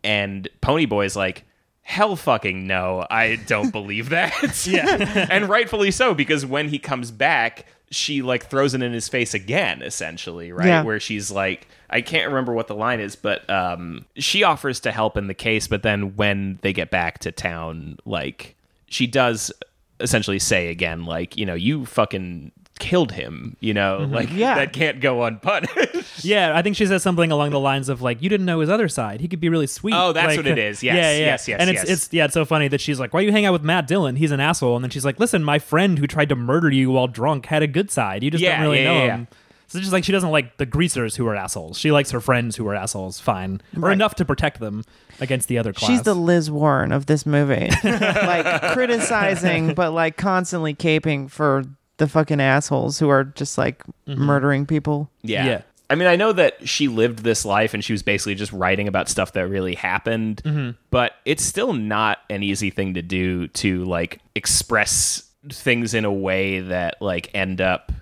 Speaker 4: And Ponyboy is like, hell fucking no, I don't believe that. yeah. (laughs) and rightfully so, because when he comes back, she like throws it in his face again, essentially, right?
Speaker 3: Yeah.
Speaker 4: Where she's like i can't remember what the line is but um she offers to help in the case but then when they get back to town like she does essentially say again like you know you fucking killed him you know like
Speaker 3: Mm-hmm. Yeah.
Speaker 4: that can't go unpunished
Speaker 5: (laughs)
Speaker 4: (laughs)
Speaker 5: yeah i think she says something along the lines of like you didn't know his other side he could be really sweet
Speaker 4: Oh, that's
Speaker 5: Like-
Speaker 4: what it
Speaker 5: (laughs)
Speaker 4: is. Yes,
Speaker 5: yeah, yeah.
Speaker 4: yes, yes,
Speaker 5: and it's
Speaker 4: yes.
Speaker 5: it's yeah it's so funny that she's like why you hang out with matt dillon he's an asshole and then she's like listen my friend who tried to murder you while drunk had a good side you just
Speaker 4: Yeah,
Speaker 5: don't really
Speaker 4: yeah,
Speaker 5: know
Speaker 4: yeah, yeah.
Speaker 5: him so it's just like she doesn't like the greasers who are assholes she likes her friends who are assholes fine or enough to protect them against the other class
Speaker 3: she's the Liz Warren of this movie. like criticizing but like constantly caping for the fucking assholes who are just like murdering people.
Speaker 4: yeah.
Speaker 5: Yeah.
Speaker 4: i mean i know that she lived this life and she was basically just writing about stuff that really happened
Speaker 3: Mm-hmm.
Speaker 4: but it's still not an easy thing to do to like express things in a way that like end up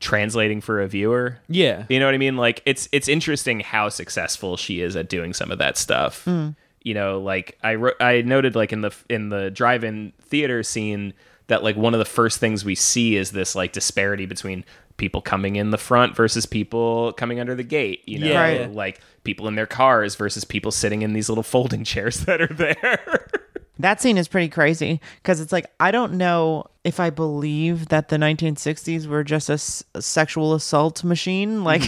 Speaker 4: translating for a viewer
Speaker 5: yeah
Speaker 4: You know what I mean? Like it's it's interesting how successful she is at doing some of that stuff. You know, like I wrote, I noted like in the in the drive-in theater scene that like one of the first things we see is this like disparity between people coming in the front versus people coming under the gate. You know,
Speaker 5: Yeah.
Speaker 3: Right.
Speaker 4: (laughs) like people in their cars versus people sitting in these little folding chairs that are there.
Speaker 3: That scene is pretty crazy because it's like I don't know if I believe that the 1960s were just a, s- a sexual assault machine. (laughs) Like,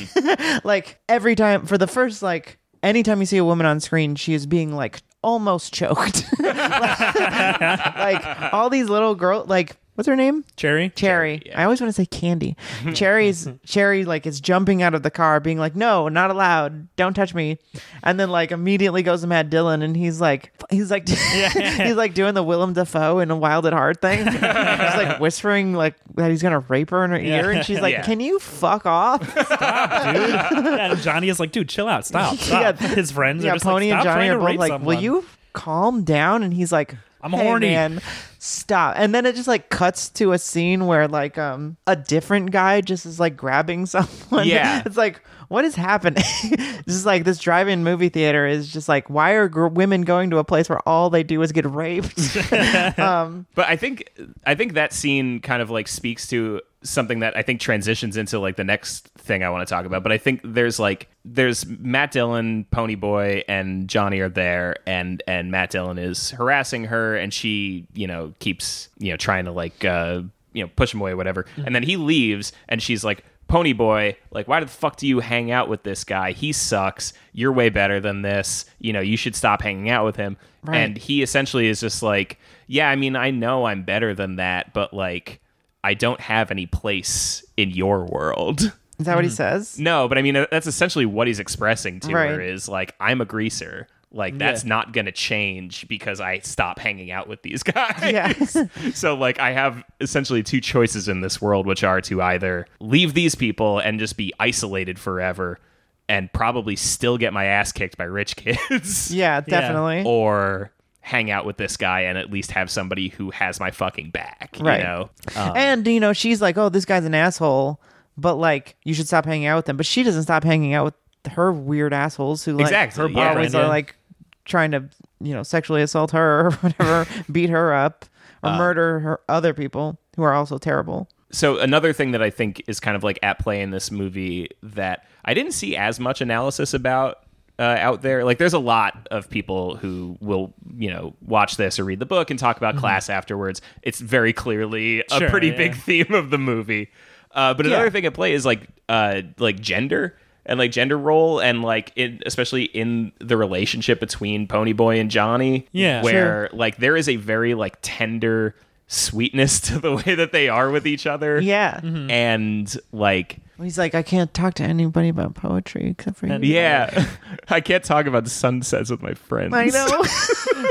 Speaker 3: like every time for the first like anytime you see a woman on screen, she is being like almost choked. (laughs) like, like all these little girl like what's her name?
Speaker 5: Cherry.
Speaker 3: Cherry. I always want to say
Speaker 4: (laughs)
Speaker 3: candy. Cherry's Cherry like is jumping out of the car, being like, "No, not allowed. Don't touch me." And then like immediately goes to Matt Dillon, and he's like, (laughs) he's like, (laughs) he's like doing the Willem Dafoe and a Wild at Heart thing.
Speaker 4: (laughs)
Speaker 3: he's like whispering like that he's gonna rape her in her ear, and she's like,
Speaker 4: (laughs) Yeah.
Speaker 3: "Can you fuck off?"
Speaker 5: Yeah, and Johnny is like, dude, chill out, stop. stop.
Speaker 3: (laughs) Yeah.
Speaker 5: His friends are
Speaker 3: yeah,
Speaker 5: just
Speaker 3: Pony
Speaker 5: like,
Speaker 3: and
Speaker 5: stop
Speaker 3: Johnny
Speaker 5: trying
Speaker 3: are
Speaker 5: to
Speaker 3: both
Speaker 5: rape
Speaker 3: like, "Will
Speaker 5: someone."
Speaker 3: you calm down?" And he's like,
Speaker 5: I'm
Speaker 3: "Hey,
Speaker 5: horny."
Speaker 3: man, stop." And then it just like cuts to a scene where like um a different guy just is like grabbing (laughs) someone.
Speaker 4: Yeah.
Speaker 3: it's like what is happening? (laughs) this is like this drive-in movie theater is just like why are gr- women going to a place where all they do is get raped? (laughs)
Speaker 4: But I think I think that scene kind of like speaks to something that I think transitions into like the next thing I want to talk about. But I think there's like there's Matt Dillon, Pony Boy, and Johnny are there, and and Matt Dillon is harassing her, and she you know keeps you know trying to like uh, you know push him away, whatever. And then he leaves, and she's like. Pony boy, like, why the fuck do you hang out with this guy? He sucks. You're way better than this. You know, you should stop hanging out with him.
Speaker 3: Right.
Speaker 4: And he essentially is just like, yeah, I mean, I know I'm better than that, but like, I don't have any place in your world.
Speaker 3: Is that
Speaker 5: Mm.
Speaker 3: what he says?
Speaker 4: No, but I mean, that's essentially what he's expressing to her
Speaker 3: Right.
Speaker 4: is like, I'm a greaser. Like, that's not going to change because I stop hanging out with these (laughs) guys.
Speaker 3: Yeah.
Speaker 4: so, like, I have essentially two choices in this world, which are to either leave these people and just be isolated forever and probably still get my ass kicked by rich (laughs) kids
Speaker 3: Yeah, definitely.
Speaker 4: or hang out with this guy and at least have somebody who has my fucking back.
Speaker 3: Right.
Speaker 4: You know?
Speaker 5: Um,
Speaker 3: and you know she's like oh this guy's an asshole but like you should stop hanging out with him but she doesn't stop hanging out with her weird assholes who like
Speaker 4: Exactly,
Speaker 3: her
Speaker 4: yeah.
Speaker 3: always
Speaker 5: Friend,
Speaker 3: are
Speaker 5: yeah.
Speaker 3: like trying to you know sexually assault her or (laughs) whatever beat her up or
Speaker 5: Uh.
Speaker 3: murder her other people who are also terrible
Speaker 4: So another thing that I think is kind of like at play in this movie that I didn't see as much analysis about uh, out there. Like there's a lot of people who will, you know, watch this or read the book and talk about class afterwards. It's very clearly a
Speaker 5: Mm-hmm. Sure,
Speaker 4: pretty
Speaker 5: yeah.
Speaker 4: big theme of the movie. Uh, but another thing at play is like uh, like gender and like gender role and like in, especially in the relationship between Ponyboy and Johnny.
Speaker 5: Yeah.
Speaker 4: where like there is a very like tender sweetness (laughs) to the way that they are with each other.
Speaker 3: yeah
Speaker 5: Mm-hmm.
Speaker 4: And like
Speaker 3: he's like i can't talk to anybody about poetry except for
Speaker 5: (laughs)
Speaker 3: you
Speaker 4: yeah, (laughs) I can't talk about sunsets with my friends.
Speaker 3: i
Speaker 5: (laughs)
Speaker 3: know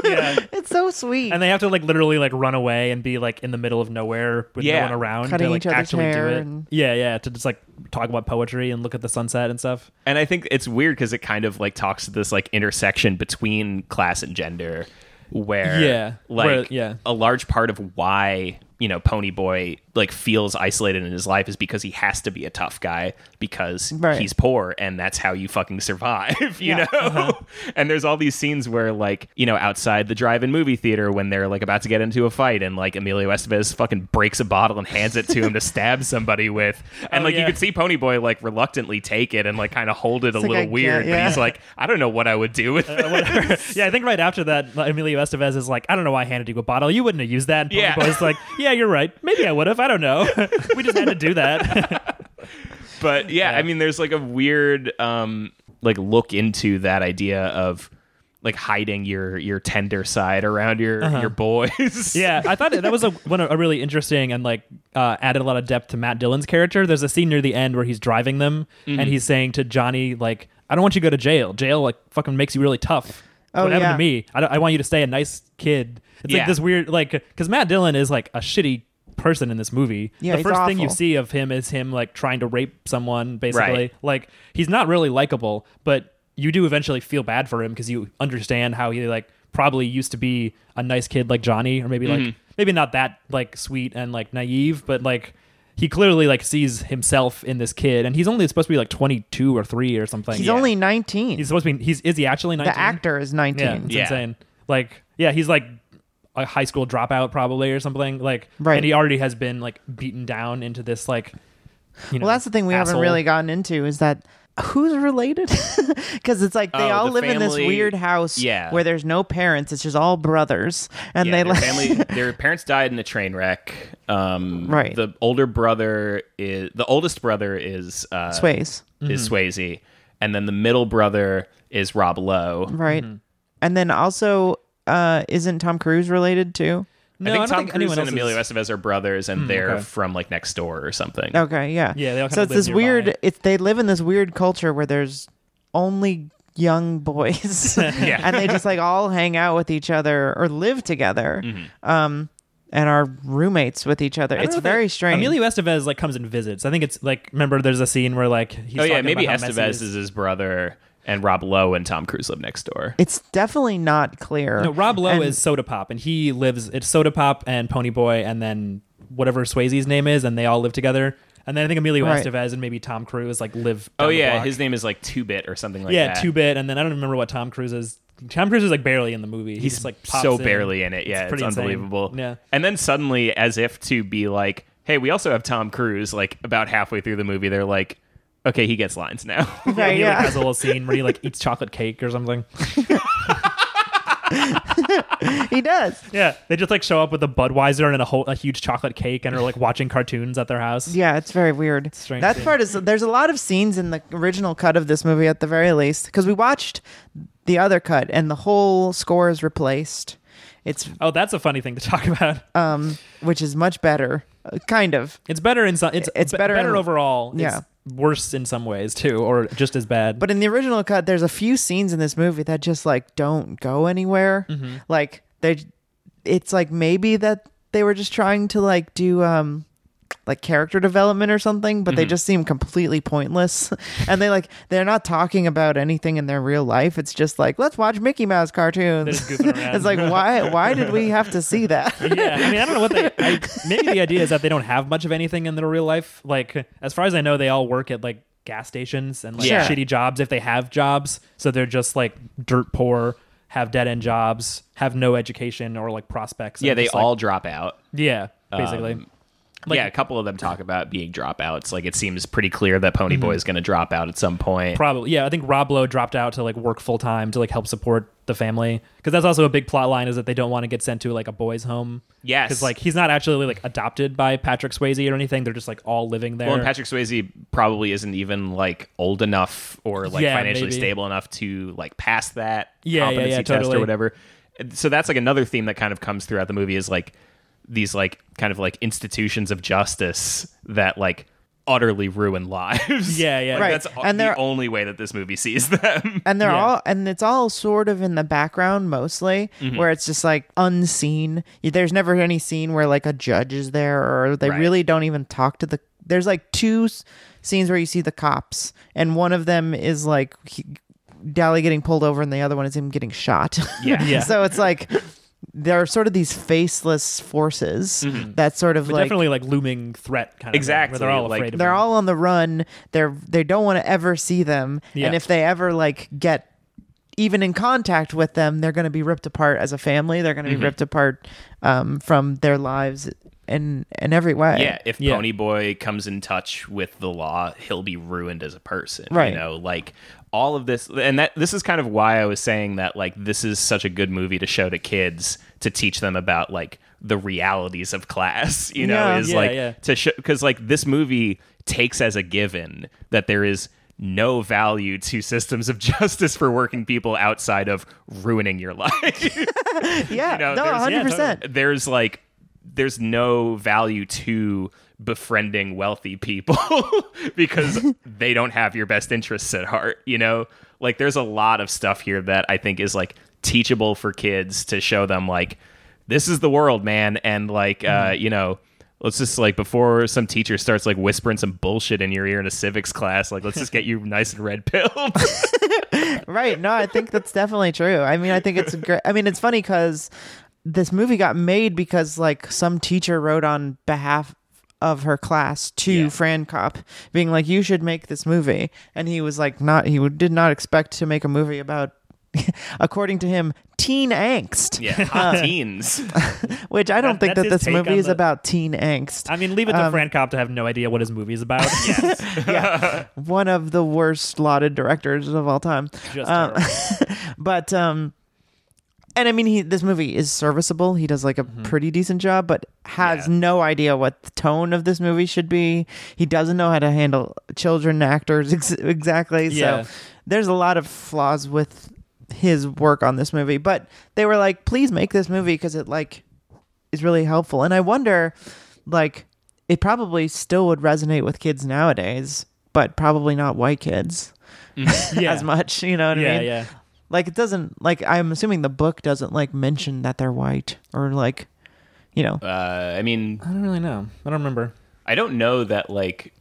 Speaker 3: (laughs)
Speaker 5: Yeah.
Speaker 3: it's so sweet
Speaker 5: And they have to like literally like run away and be like in the middle of nowhere with
Speaker 4: Yeah.
Speaker 5: no one around
Speaker 3: Cutting
Speaker 5: to like
Speaker 3: each other's
Speaker 5: actually
Speaker 3: hair
Speaker 5: do it.
Speaker 3: and-
Speaker 5: Yeah, yeah, to just like talk about poetry and look at the sunset and stuff.
Speaker 4: (laughs) And I think it's weird because it kind of like talks to this like intersection between class and gender where
Speaker 5: Yeah.
Speaker 4: like
Speaker 5: Where- yeah.
Speaker 4: a large part of why you know pony boy like feels isolated in his life is because he has to be a tough guy because
Speaker 3: Right.
Speaker 4: he's poor and that's how you fucking survive (laughs) you know and there's all these scenes where like you know outside the drive-in movie theater when they're like about to get into a fight and like emilio estevez fucking breaks a bottle and hands it to him to stab somebody with and
Speaker 5: Oh,
Speaker 4: like you
Speaker 5: yeah.
Speaker 4: could see pony boy like reluctantly take it and like kind of hold it a
Speaker 3: like,
Speaker 4: little
Speaker 3: I
Speaker 4: weird
Speaker 3: can't-
Speaker 4: but he's
Speaker 3: yeah.
Speaker 4: like i don't know what i would do with it (laughs)
Speaker 5: yeah, I think right after that, like, Emilio Estevez is like, I don't know why I handed you a bottle. You wouldn't have used that. And Pony
Speaker 4: Yeah.
Speaker 5: Boy's like, yeah, you're right. Maybe I would have. I don't know. (laughs) we just had to do
Speaker 4: (laughs)
Speaker 5: that.
Speaker 4: but yeah, I mean, there's like a weird um like look into that idea of like hiding your your tender side around your your boys. (laughs)
Speaker 5: yeah, I thought that was a one a really interesting and like uh, added a lot of depth to Matt Dillon's character. There's a scene near the end where he's driving them
Speaker 3: Mm-hmm.
Speaker 5: and he's saying to Johnny like, I don't want you to go to jail. Jail like fucking makes you really tough.
Speaker 3: Oh,
Speaker 5: what happened
Speaker 3: yeah.
Speaker 5: to me? I, don't- I want you to stay a nice kid. It's
Speaker 4: Yeah.
Speaker 5: like this weird like because Matt Dillon is like a shitty person in this movie.
Speaker 3: Yeah,
Speaker 5: the
Speaker 3: he's
Speaker 5: first thing you
Speaker 3: awful.
Speaker 5: see of him is him like trying to rape someone basically. Like he's not really likable, but you do eventually feel bad for him because you understand how he like probably used to be a nice kid like Johnny, or maybe like maybe not that like sweet and like naive, but like he clearly like sees himself in this kid, and he's only supposed to be like twenty two or three or something.
Speaker 3: he's
Speaker 5: Yeah.
Speaker 3: only 19
Speaker 5: he's supposed to be he's is he actually nineteen?
Speaker 3: the actor is
Speaker 5: Yeah,
Speaker 3: 19
Speaker 5: it's
Speaker 4: Yeah.
Speaker 5: insane. Like, yeah, he's like a high school dropout probably or something. Like,
Speaker 3: Right.
Speaker 5: And he already has been like beaten down into this like. You know,
Speaker 3: Well, that's the thing we
Speaker 5: asshole.
Speaker 3: haven't really gotten into is that who's related? (laughs) Because it's like they
Speaker 4: Oh,
Speaker 3: all
Speaker 4: the
Speaker 3: live in this
Speaker 4: family-
Speaker 3: weird house
Speaker 4: Yeah.
Speaker 3: where there's no parents. It's just all brothers, and they
Speaker 4: Yeah, their
Speaker 3: like (laughs)
Speaker 4: family, their parents died in a train wreck. Um,
Speaker 3: Right.
Speaker 4: The older brother is the oldest brother is uh,
Speaker 3: sways,
Speaker 4: is
Speaker 5: Mm-hmm.
Speaker 4: Swayze, and then the middle brother is Rob Lowe.
Speaker 3: right?
Speaker 5: Mm-hmm.
Speaker 3: And then also, uh, isn't Tom Cruise related too?
Speaker 5: No,
Speaker 4: I think
Speaker 5: I don't
Speaker 4: Tom
Speaker 5: think
Speaker 4: Cruise
Speaker 5: anyone
Speaker 4: and
Speaker 5: else
Speaker 4: Emilio
Speaker 5: is- Hmm,
Speaker 4: Estevez are brothers, and they're
Speaker 5: okay.
Speaker 4: from like next door or something.
Speaker 3: Okay, yeah,
Speaker 5: Yeah, they all
Speaker 3: so
Speaker 5: kinda
Speaker 3: it's
Speaker 5: live
Speaker 3: this
Speaker 5: nearby.
Speaker 3: weird. It's they live in this weird culture where there's only young
Speaker 5: (laughs)
Speaker 3: boys, (laughs) and they just like all hang out with each other or live together, um, and are roommates with each other.
Speaker 5: Mm-hmm. I don't
Speaker 3: It's
Speaker 5: know if they-
Speaker 3: very strange.
Speaker 5: Emilio Estevez like comes and visits. I think it's like remember there's a scene where like he's
Speaker 4: Oh yeah,
Speaker 5: talking
Speaker 4: maybe
Speaker 5: about how messy
Speaker 4: Estevez
Speaker 5: his-
Speaker 4: is his brother, and Rob Lowe and Tom Cruise live next door.
Speaker 3: it's definitely not clear.
Speaker 5: No, Rob Lowe
Speaker 3: And-
Speaker 5: is Soda Pop, and he lives. It's Soda Pop and Pony Boy, and then whatever Swayze's name is, and they all live together. And then I think Emilio
Speaker 3: Right.
Speaker 5: Estevez and maybe Tom Cruise like live. down
Speaker 4: Oh
Speaker 5: the
Speaker 4: yeah,
Speaker 5: block.
Speaker 4: his name is like Two Bit or something like
Speaker 5: yeah,
Speaker 4: that.
Speaker 5: two bit, and then I don't remember what Tom Cruise is. Tom Cruise is like barely in the movie. He just like pops
Speaker 4: so
Speaker 5: in.
Speaker 4: barely in it. Yeah, it's,
Speaker 5: pretty insane.
Speaker 4: unbelievable.
Speaker 5: Yeah.
Speaker 4: and then suddenly, as if to be like, "Hey, we also have Tom Cruise." Like about halfway through the movie, they're like, "Okay, he gets lines now."
Speaker 5: (laughs) Yeah,
Speaker 3: Right,
Speaker 5: he like,
Speaker 3: yeah.
Speaker 5: has a little scene where he like eats chocolate cake
Speaker 3: (laughs)
Speaker 5: or something.
Speaker 3: he does.
Speaker 5: Yeah, they just like show up with a Budweiser and a whole a huge chocolate cake, and are like watching cartoons at their house.
Speaker 3: Yeah, it's very weird.
Speaker 5: (laughs) strange
Speaker 3: that
Speaker 5: scene.
Speaker 3: part is there's a lot of scenes in the original cut of this movie at the very least because we watched the other cut and the whole score is replaced. It's
Speaker 5: Oh, that's a funny thing to talk (laughs) about.
Speaker 3: um which is much better, uh, kind of.
Speaker 5: It's better in some. It's
Speaker 3: It's
Speaker 5: it's
Speaker 3: better
Speaker 5: better,
Speaker 3: in-
Speaker 5: overall.
Speaker 3: yeah.
Speaker 5: It's worse in some ways too, or just as bad.
Speaker 3: But in the original cut, there's a few scenes in this movie that just like don't go anywhere.
Speaker 5: Mm-hmm.
Speaker 3: Like they, it's like maybe that they were just trying to like do um like character development or something, but
Speaker 5: Mm-hmm.
Speaker 3: they just seem completely pointless. (laughs) and they like they're not talking about anything in their real life. It's just like let's watch Mickey Mouse cartoons. (laughs)
Speaker 5: just goofing around.
Speaker 3: it's like why why did we have to see that?
Speaker 5: yeah, I mean, I don't know what they. I, maybe the idea is that they don't have much of anything in their real life. Like, as far as I know, they all work at like gas stations and like
Speaker 4: Sure.
Speaker 5: shitty jobs if they have jobs. So they're just like dirt poor, have dead end jobs, have no education or like prospects. and
Speaker 4: (laughs) yeah, they
Speaker 5: just, like-
Speaker 4: all um, drop out.
Speaker 5: yeah, basically.
Speaker 4: yeah, a couple of them talk about being dropouts. Like it seems pretty clear that
Speaker 5: Mm-hmm.
Speaker 4: Pony Boy is going to drop out at some point.
Speaker 5: Probably, yeah. I think Rob Lowe dropped out to like work full time to like help support the family because that's also a big plot line is that they don't want to get sent to like a boys' home.
Speaker 4: Yes.
Speaker 5: because like he's not actually like adopted by Patrick Swayze or anything. They're just like all living there.
Speaker 4: well, and Patrick Swayze probably isn't even like old enough or like
Speaker 5: Yeah,
Speaker 4: financially
Speaker 5: maybe.
Speaker 4: stable enough to like pass that
Speaker 5: Yeah, yeah,
Speaker 4: competency
Speaker 5: yeah,
Speaker 4: test
Speaker 5: totally.
Speaker 4: or whatever. So that's like another theme that kind of comes throughout the movie is like these like kind of like institutions of justice that like utterly ruin (laughs) lives.
Speaker 5: Yeah, yeah.
Speaker 4: Like,
Speaker 5: Right.
Speaker 4: That's
Speaker 3: And
Speaker 4: and the
Speaker 3: they're-
Speaker 4: only way that this movie sees them.
Speaker 3: and they're
Speaker 5: Yeah.
Speaker 3: all and it's all sort of in the background mostly
Speaker 5: Mm-hmm.
Speaker 3: where it's just like unseen there's never any scene where like a judge is there or they
Speaker 4: Right.
Speaker 3: really don't even talk to the there's like two s- scenes where you see the cops and one of them is like he, dally getting pulled over and the other one is him getting shot
Speaker 4: (laughs)
Speaker 3: (laughs)
Speaker 4: Yeah.
Speaker 5: Yeah.
Speaker 3: so it's like there are sort of these faceless forces that sort of
Speaker 5: Mm-hmm. But
Speaker 3: like
Speaker 5: definitely like looming threat kind of
Speaker 4: Exactly,
Speaker 5: Thing, where they're all
Speaker 4: like-
Speaker 5: afraid of
Speaker 3: they're
Speaker 5: him.
Speaker 3: all on the run they're they don't want to ever see them
Speaker 5: Yeah.
Speaker 3: and if they ever like get even in contact with them they're going to be ripped apart as a family they're going to be ripped apart um, from their lives in in every way
Speaker 4: Yeah, (laughs) if
Speaker 5: Yeah.
Speaker 4: Pony Boy comes in touch with the law, he'll be ruined as a person.
Speaker 3: Right.
Speaker 4: You know, like all of this and that this is kind of why I was saying that like this is such a good movie to show to kids to teach them about like the realities of class, (laughs) you know,
Speaker 3: Yeah.
Speaker 4: is
Speaker 5: Yeah,
Speaker 4: like
Speaker 5: yeah.
Speaker 4: to show cuz like this movie takes as a given that there is no value to systems of (laughs) justice for working people outside of ruining your (laughs) life.
Speaker 3: yeah
Speaker 4: (laughs) know,
Speaker 3: no
Speaker 4: there's-
Speaker 3: 100%
Speaker 4: yeah,
Speaker 5: totally.
Speaker 4: there's like there's no value to befriending wealthy people (laughs) because they don't have your best interests at heart you know like there's a lot of stuff here that i think is like teachable for kids to show them like this is the world man and like uh you know let's just like before some teacher starts like whispering some bullshit in your ear in a civics class like let's just get you nice and red pilled
Speaker 3: right no i think that's definitely true i mean i think it's great i mean it's funny because this movie got made because like some teacher wrote on behalf of her class to Fran Cop, being like, "You should make this movie," and he was like, "Not." He would- did not expect to make a movie about (laughs) according to him, teen angst.
Speaker 4: Yeah, (laughs) hot teens.
Speaker 3: Which I don't
Speaker 5: That-
Speaker 3: think that
Speaker 5: that's his
Speaker 3: this
Speaker 5: take
Speaker 3: movie
Speaker 5: on
Speaker 3: is
Speaker 5: the-
Speaker 3: about teen angst.
Speaker 5: I mean, leave it
Speaker 3: um,
Speaker 5: to Fran Cop to have no idea what his
Speaker 3: (laughs)
Speaker 5: movie's about. yes.
Speaker 3: One of the worst lauded directors of all time.
Speaker 5: Just
Speaker 3: Um, (laughs)
Speaker 5: terrible.
Speaker 3: but um and I mean he this movie is serviceable. He does like a
Speaker 5: Mm-hmm.
Speaker 3: pretty decent job, but has
Speaker 4: Yeah.
Speaker 3: no idea what the tone of this movie should be. He doesn't know how to handle children actors ex- exactly.
Speaker 5: Yeah.
Speaker 3: So there's a lot of flaws with his work on this movie, but they were like please make this movie cuz it like is really helpful. And I wonder like it probably still would resonate with kids nowadays, but probably not white kids
Speaker 5: yeah.
Speaker 3: as much, you know what I
Speaker 5: Yeah,
Speaker 3: mean?
Speaker 5: yeah.
Speaker 3: like it doesn't like i'm assuming the book doesn't like mention that they're white or like you know
Speaker 4: Uh, I mean,
Speaker 5: I don't really know. I don't remember.
Speaker 4: I don't know that like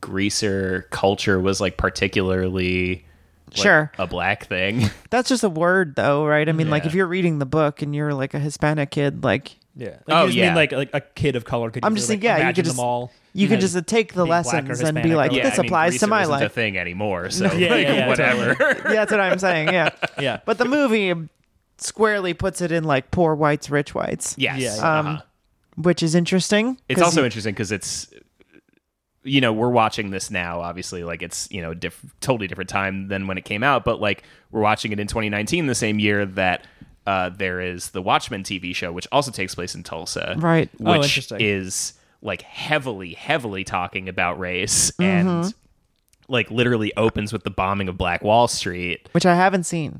Speaker 4: greaser culture was like particularly like,
Speaker 3: Sure.
Speaker 4: a black thing.
Speaker 3: that's just a word though right i mean like
Speaker 4: Yeah.
Speaker 3: if you're reading the book and you're like a hispanic kid like
Speaker 5: Yeah. Like,
Speaker 4: Oh,
Speaker 5: you just
Speaker 4: yeah.
Speaker 5: mean like like a kid of color could.
Speaker 3: i'm
Speaker 5: easily,
Speaker 3: just saying
Speaker 5: like,
Speaker 3: yeah you
Speaker 5: imagine
Speaker 3: could
Speaker 5: them
Speaker 3: just
Speaker 5: all.
Speaker 3: you could
Speaker 5: know,
Speaker 3: just uh, take the
Speaker 5: being black or
Speaker 3: lessons and be
Speaker 5: Hispanic or
Speaker 3: like
Speaker 5: whatever.
Speaker 4: yeah,
Speaker 3: this
Speaker 4: I mean,
Speaker 3: applies to
Speaker 4: greaser
Speaker 3: my
Speaker 4: isn't a
Speaker 3: life
Speaker 4: thing anymore. So
Speaker 5: Yeah,
Speaker 4: like,
Speaker 5: yeah, yeah,
Speaker 4: whatever.
Speaker 3: Yeah, that's what i'm saying yeah
Speaker 5: Yeah.
Speaker 3: but the movie squarely puts it in like poor whites rich whites
Speaker 4: (laughs) yes.
Speaker 5: Yeah,
Speaker 4: uh-huh.
Speaker 3: Um, which is interesting
Speaker 4: It's
Speaker 3: 'cause
Speaker 4: also
Speaker 3: you-
Speaker 4: interesting because it's you know we're watching this now obviously like it's you know diff- totally different time than when it came out but like we're watching it in 2019 the same year that uh, there is the Watchmen TV show which also takes place in Tulsa
Speaker 3: Right.
Speaker 5: Oh,
Speaker 4: which
Speaker 5: interesting.
Speaker 4: is like heavily heavily talking about race
Speaker 3: Mm-hmm.
Speaker 4: and like literally opens with the bombing of Black Wall Street
Speaker 3: which i haven't seen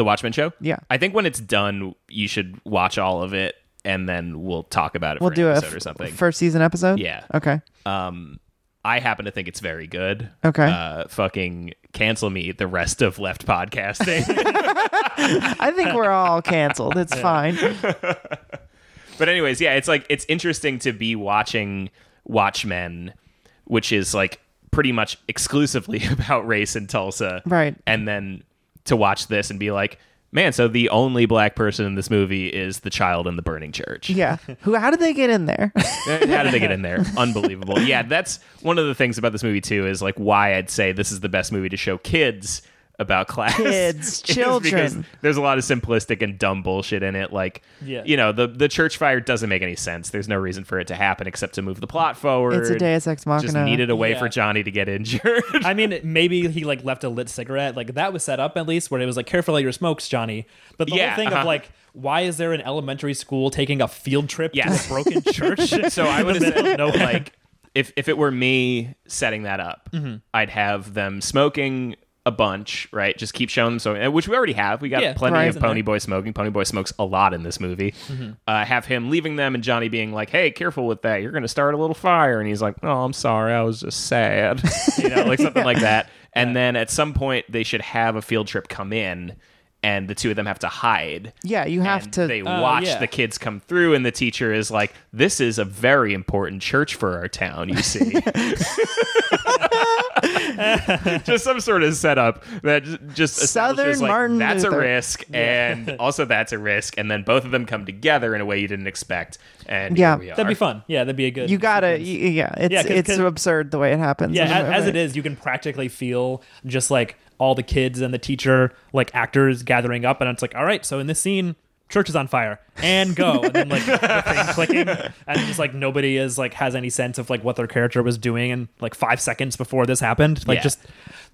Speaker 4: the Watchmen show
Speaker 3: Yeah.
Speaker 4: I think when it's done you should watch all of it and then we'll talk about it
Speaker 3: we'll
Speaker 4: for
Speaker 3: do
Speaker 4: an
Speaker 3: a
Speaker 4: episode
Speaker 3: f-
Speaker 4: or something
Speaker 3: first season episode
Speaker 4: Yeah.
Speaker 3: okay
Speaker 4: um, I happen to think it's very good.
Speaker 3: Okay.
Speaker 4: Uh, fucking cancel me the rest of left
Speaker 3: (laughs)
Speaker 4: podcasting.
Speaker 3: i think we're all canceled it's fine
Speaker 4: but anyways, yeah, it's like it's interesting to be watching Watchmen, which is like pretty much exclusively (laughs) about race in Tulsa,
Speaker 3: Right.
Speaker 4: And then to watch this and be like, man, so the only black person in this movie is the child in the burning church.
Speaker 3: Yeah. Who? How did they get in there?
Speaker 4: (laughs) How did they get in there? Unbelievable. Yeah, that's one of the things about this movie too is like why I'd say this is the best movie to show kids about class.
Speaker 3: Kids,
Speaker 4: (laughs) is Because
Speaker 3: children.
Speaker 4: there's a lot of simplistic and dumb bullshit in it. Like,
Speaker 5: Yeah.
Speaker 4: you know, the the church fire doesn't make any sense. There's no reason for it to happen except to move the plot forward.
Speaker 3: It's a Deus Ex
Speaker 4: Just
Speaker 3: Machina.
Speaker 4: needed a way
Speaker 5: Yeah.
Speaker 4: for Johnny to get injured. (laughs)
Speaker 5: I mean, maybe he like left a lit cigarette. Like that was set up at least, where it was like, "Careful of your smokes, Johnny." But the
Speaker 4: Yeah,
Speaker 5: whole thing
Speaker 4: uh-huh.
Speaker 5: of like, why is there an elementary school taking a field trip
Speaker 4: Yes.
Speaker 5: to a broken church?
Speaker 4: (laughs) so I would
Speaker 5: (laughs)
Speaker 4: have said
Speaker 5: no,
Speaker 4: (laughs) like if if it were me setting that up, I'd have them smoking a bunch, right? Just keep showing them smoking, which we already have. We got
Speaker 5: Yeah,
Speaker 4: plenty
Speaker 3: Right.
Speaker 4: of Pony Boy smoking. Pony Boy smokes a lot in this movie. Uh, have him leaving them and Johnny being like, "Hey, careful with that. You're going to start a little fire." And he's like, "Oh, I'm sorry. I was just sad," you know, like something like that. And then at some point, they should have a field trip come in. And the two of them have to hide
Speaker 3: yeah, you have
Speaker 4: and
Speaker 3: to. Uh,
Speaker 4: They
Speaker 5: Oh,
Speaker 4: watch
Speaker 5: yeah.
Speaker 4: the kids come through, and the teacher is like, "This is a very important church for our town." You see,
Speaker 3: (laughs)
Speaker 4: just some sort of setup that j- just
Speaker 3: Southern
Speaker 4: establishes, like,
Speaker 3: Martin
Speaker 4: That's
Speaker 3: Luther.
Speaker 4: a risk, and also that's a risk, and then both of them come together in a way you didn't expect. And
Speaker 3: Yeah.
Speaker 4: here we are.
Speaker 5: that'd be fun. Yeah, that'd be a good.
Speaker 3: you gotta. y- Yeah. It's
Speaker 5: Yeah, 'cause-
Speaker 3: it's
Speaker 5: 'cause-
Speaker 3: absurd the way it happens.
Speaker 5: Yeah,
Speaker 3: in the
Speaker 5: as, as
Speaker 3: movie.
Speaker 5: it is, you can practically feel just like all the kids and the teacher, like actors gathering up, and it's like, all right, so in this scene, church is on fire, and go, and then like the thing clicking, and just like nobody is like has any sense of like what their character was doing, and like five seconds before this happened, like
Speaker 4: Yeah.
Speaker 5: just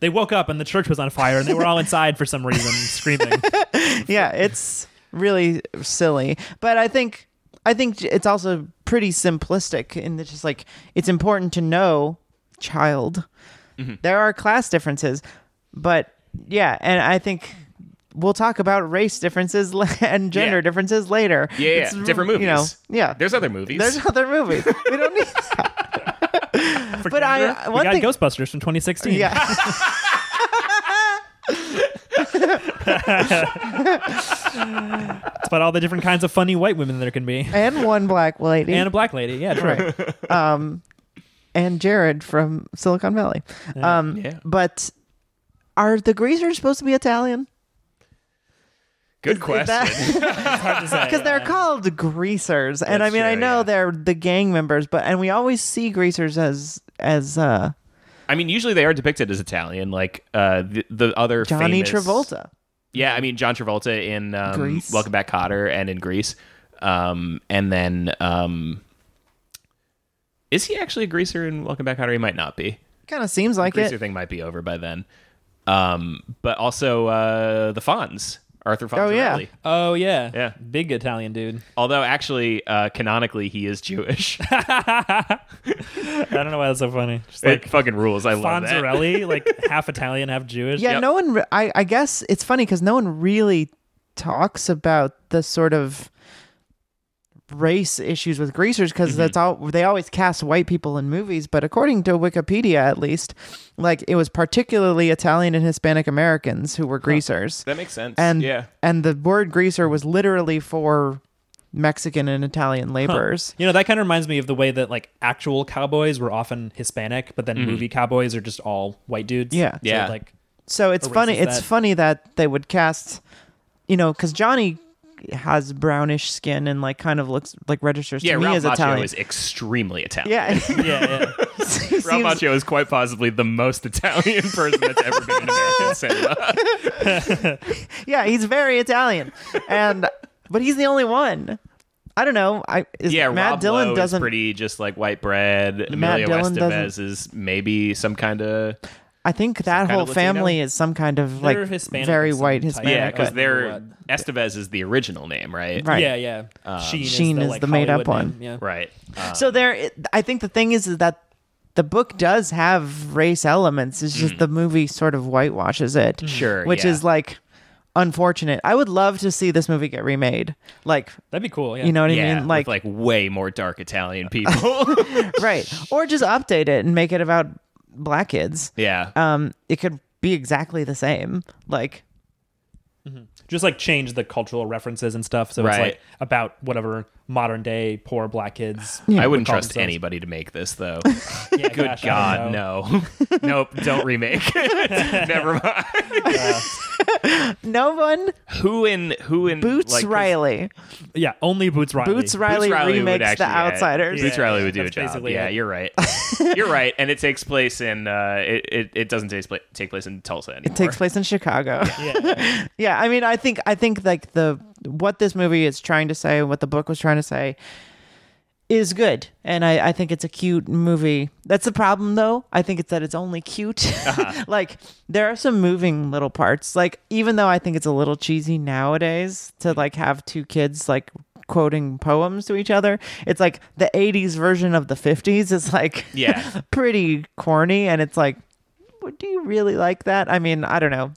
Speaker 5: they woke up and the church was on fire, and they were all inside for some
Speaker 3: (laughs)
Speaker 5: reason screaming.
Speaker 3: Yeah, it's really silly, but I think I think j- it's also pretty simplistic in that just like it's important to know, child,
Speaker 4: Mm-hmm.
Speaker 3: there are class differences, but yeah, and I think. We'll talk about race differences (laughs) la- and gender
Speaker 4: Yeah.
Speaker 3: differences later.
Speaker 4: yeah, yeah.
Speaker 3: It's r-
Speaker 4: different movies.
Speaker 3: You know, yeah.
Speaker 4: there's other movies.
Speaker 3: There's other movies. We don't
Speaker 4: (laughs)
Speaker 3: need. but I uh,
Speaker 5: we
Speaker 3: one
Speaker 5: got
Speaker 3: thing.
Speaker 5: Ghostbusters from 2016.
Speaker 3: yeah.
Speaker 5: it's about all the different kinds of funny white women there
Speaker 3: (laughs)
Speaker 5: can be,
Speaker 3: and one black lady.
Speaker 5: and a black lady. Yeah, that's right.
Speaker 3: right. Um, and Jared from Silicon Valley. Um,
Speaker 4: yeah.
Speaker 3: but are the greasers supposed to be Italian?
Speaker 4: Good question.
Speaker 3: Because they're called greasers, and I
Speaker 4: That's
Speaker 3: mean I
Speaker 4: true,
Speaker 3: know
Speaker 4: yeah.
Speaker 3: they're the gang members, but and we always see greasers as as uh,
Speaker 4: I mean, usually they are depicted as Italian, like uh, the, the other
Speaker 3: Johnny
Speaker 4: famous-
Speaker 3: Travolta.
Speaker 4: Yeah, I mean John Travolta in um,
Speaker 3: Grease.
Speaker 4: Welcome Back, Cotter, and in Grease, um, and then um, is he actually a greaser in Welcome Back, Cotter? He might not be.
Speaker 3: Kind of seems like
Speaker 4: Greaser
Speaker 3: it.
Speaker 4: thing might be over by then. Um, but also uh, the Fonz, Arthur Fonz.
Speaker 3: yeah.
Speaker 5: Oh yeah,
Speaker 4: Yeah.
Speaker 5: Big Italian dude.
Speaker 4: Although actually, uh, canonically, he
Speaker 3: (laughs)
Speaker 4: is Jewish.
Speaker 5: (laughs) I don't know why that's so funny. Just
Speaker 4: it
Speaker 5: like
Speaker 4: fucking rules. I love that.
Speaker 5: Fonzarelli,
Speaker 4: (laughs)
Speaker 5: like half Italian, half Jewish.
Speaker 3: Yeah,
Speaker 4: Yep.
Speaker 3: no one. Re- I I guess it's funny because no one really talks about the sort of race issues with greasers because
Speaker 4: Mm-hmm.
Speaker 3: that's all they always cast white people in movies. But according to Wikipedia, at least, like it was particularly Italian and Hispanic Americans who were greasers,
Speaker 4: That makes sense.
Speaker 3: and
Speaker 4: yeah,
Speaker 3: and the word greaser was literally for Mexican and Italian laborers.
Speaker 5: You know, that kind of reminds me of the way that like actual cowboys were often Hispanic, but then movie cowboys are just all white dudes.
Speaker 3: Yeah.
Speaker 5: So,
Speaker 4: Mm-hmm. Yeah.
Speaker 5: Like
Speaker 3: So it's funny.
Speaker 5: racist
Speaker 3: It's
Speaker 5: that-
Speaker 3: funny that they would cast, you know, because Johnny has brownish skin and like kind of looks like registers
Speaker 4: yeah.
Speaker 3: to me
Speaker 4: Ralph
Speaker 3: as
Speaker 4: Macchio
Speaker 3: Italian.
Speaker 4: is extremely Italian.
Speaker 3: (laughs)
Speaker 4: (laughs)
Speaker 3: yeah,
Speaker 5: yeah,
Speaker 3: He
Speaker 5: yeah.
Speaker 4: Ralph
Speaker 3: seems-
Speaker 4: Macchio is quite possibly the most Italian (laughs) person that's ever been in American cinema.
Speaker 3: yeah, he's very Italian, and but he's the only one. I don't know. I is,
Speaker 4: Yeah,
Speaker 3: Matt
Speaker 4: Rob
Speaker 3: Dillon
Speaker 4: Lowe is
Speaker 3: doesn't.
Speaker 4: pretty just like white bread.
Speaker 3: Matt
Speaker 4: Emilio
Speaker 3: Dillon
Speaker 4: Estevez is maybe some kind of
Speaker 3: I think that
Speaker 4: kind
Speaker 3: whole
Speaker 4: of Latino?
Speaker 3: family is some kind of
Speaker 5: They're
Speaker 3: like
Speaker 5: Hispanic
Speaker 3: very
Speaker 5: of some
Speaker 3: white
Speaker 5: type.
Speaker 3: Hispanic.
Speaker 4: yeah,
Speaker 5: but-
Speaker 4: because they're
Speaker 5: uh, What?
Speaker 4: Estevez is the original name, right?
Speaker 3: (laughs) Right.
Speaker 5: yeah, yeah.
Speaker 4: Um,
Speaker 5: Sheen,
Speaker 3: Sheen
Speaker 5: is the,
Speaker 3: is
Speaker 5: like,
Speaker 3: the made-up
Speaker 5: Hollywood
Speaker 3: one.
Speaker 5: Name. Yeah.
Speaker 4: Right. Uh,
Speaker 3: So there, it- I think the thing is, is that the book does have race elements. It's just the movie sort of whitewashes it.
Speaker 4: Mm. Sure,
Speaker 3: which
Speaker 4: yeah.
Speaker 3: is like unfortunate. I would love to see this movie get remade. Like,
Speaker 5: That'd be cool. Yeah.
Speaker 3: you know what I
Speaker 4: yeah,
Speaker 3: mean? Like, Um,
Speaker 4: with like way more dark
Speaker 3: (laughs)
Speaker 4: Italian people.
Speaker 3: right, or just update it and make it about black kids.
Speaker 4: (laughs) yeah.
Speaker 3: Um, it could be exactly the same. Like,
Speaker 5: just like change the cultural references and stuff. So it's
Speaker 4: Right.
Speaker 5: like about whatever modern day poor black kids.
Speaker 4: I wouldn't
Speaker 5: would call
Speaker 4: trust
Speaker 5: themselves.
Speaker 4: anybody to make
Speaker 3: (laughs)
Speaker 4: this though.
Speaker 5: Yeah,
Speaker 4: Good
Speaker 5: gosh, I
Speaker 4: God,
Speaker 5: don't know.
Speaker 4: no. (laughs) nope, don't remake. (laughs) Never
Speaker 5: (laughs)
Speaker 4: mind.
Speaker 3: no one
Speaker 4: Who in who in
Speaker 3: boots
Speaker 4: like, 'cause
Speaker 3: Riley.
Speaker 5: Yeah, only Boots Riley.
Speaker 3: Boots Riley,
Speaker 4: would
Speaker 3: remakes
Speaker 4: actually-
Speaker 3: The
Speaker 4: yeah,
Speaker 3: Outsiders.
Speaker 4: Boots
Speaker 5: Yeah,
Speaker 4: Riley would do a
Speaker 5: that's
Speaker 4: job.
Speaker 5: basically
Speaker 4: Yeah,
Speaker 5: it.
Speaker 4: you're
Speaker 3: (laughs)
Speaker 4: right. you're right, and it takes place in uh, it, it, it doesn't take place take place in Tulsa anymore.
Speaker 3: It takes place in Chicago.
Speaker 5: Yeah.
Speaker 3: (laughs) yeah i mean i think i think like the what this movie is trying to say what the book was trying to say is good and i i think it's a cute movie that's the problem though i think it's that it's only cute (laughs) like there are some moving little parts like even though i think it's a little cheesy nowadays to like have two kids like quoting poems to each other it's like the 80s version of the 50s is like
Speaker 4: Yeah.
Speaker 3: (laughs) pretty corny and it's like "What- do you really like that i mean i don't know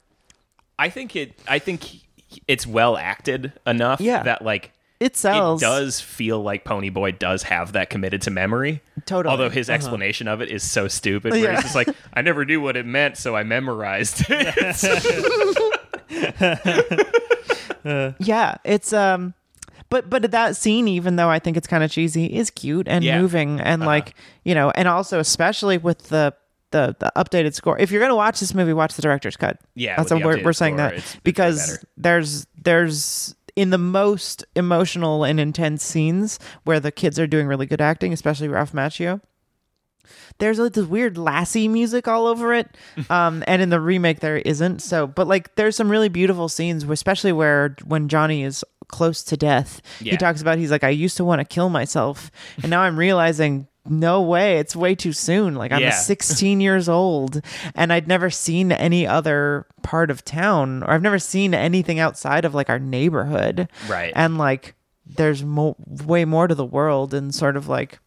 Speaker 4: I think it. I think he- it's well acted enough
Speaker 3: Yeah.
Speaker 4: that like
Speaker 3: it sells
Speaker 4: it does feel like Pony Boy does have that committed to memory.
Speaker 3: Totally. Uh-huh.
Speaker 4: Although his explanation of it is so stupid, where
Speaker 3: Yeah.
Speaker 4: he's just like, "I never knew what it meant, so I memorized it."
Speaker 3: (laughs) Yeah, it's um but but that scene even though I think it's kind of cheesy is cute and
Speaker 4: Yeah. Uh-huh.
Speaker 3: moving and like, you know, and also especially with the the, the updated score. If you're going to watch this movie, watch the director's cut.
Speaker 4: Yeah,
Speaker 3: that's
Speaker 4: with
Speaker 3: what
Speaker 4: the
Speaker 3: we're,
Speaker 4: updated
Speaker 3: we're saying
Speaker 4: score,
Speaker 3: that
Speaker 4: it's- it's way
Speaker 3: because
Speaker 4: better.
Speaker 3: there's there's in the most emotional and intense scenes where the kids are doing really good acting, especially Ralph Macchio. There's like this weird lassie music all over
Speaker 4: (laughs)
Speaker 3: it, um, and in the remake there isn't. So, but like there's some really beautiful scenes, especially where when Johnny is close to death, he
Speaker 4: Yeah.
Speaker 3: talks about he's like, I used to want to kill myself, and now I'm realizing. No way, it's way too soon. Like I'm
Speaker 4: Yeah.
Speaker 3: a
Speaker 4: (laughs)
Speaker 3: 16 years old and I'd never seen any other part of town or I've never seen anything outside of like our neighborhood.
Speaker 4: Right.
Speaker 3: And like there's mo- way more to the world and sort of like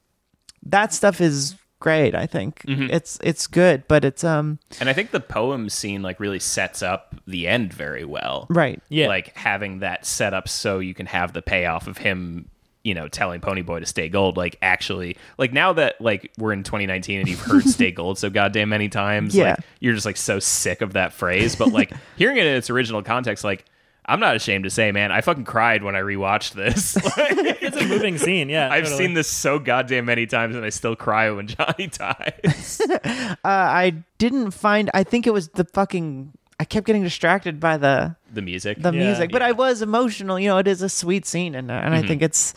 Speaker 3: that stuff is great, I think.
Speaker 4: Mm-hmm.
Speaker 3: It's it's good, but it's um
Speaker 4: and I think the poem scene like really sets up the end very well.
Speaker 3: right.
Speaker 5: Yeah.
Speaker 4: like having that set up so you can have the payoff of him you know telling ponyboy to stay gold like actually like now that like we're in 2019 and
Speaker 3: (laughs)
Speaker 4: you've heard stay gold so goddamn many times
Speaker 3: Yeah.
Speaker 4: like you're just like so sick of that phrase
Speaker 3: (laughs)
Speaker 4: but like hearing it in its original context like i'm not ashamed to say man i fucking cried when i rewatched
Speaker 3: (laughs)
Speaker 4: this Like,
Speaker 5: It's a moving scene. Yeah.
Speaker 4: i've
Speaker 5: totally.
Speaker 4: seen this so goddamn many times and i still cry when
Speaker 3: (laughs)
Speaker 4: johnny (laughs) dies
Speaker 3: Uh, I didn't find I think it was the fucking I kept getting distracted by the
Speaker 4: the music
Speaker 3: the
Speaker 5: Yeah.
Speaker 3: music, but I was emotional. You know, it is a sweet scene, and and
Speaker 4: Mm-hmm.
Speaker 3: I think it's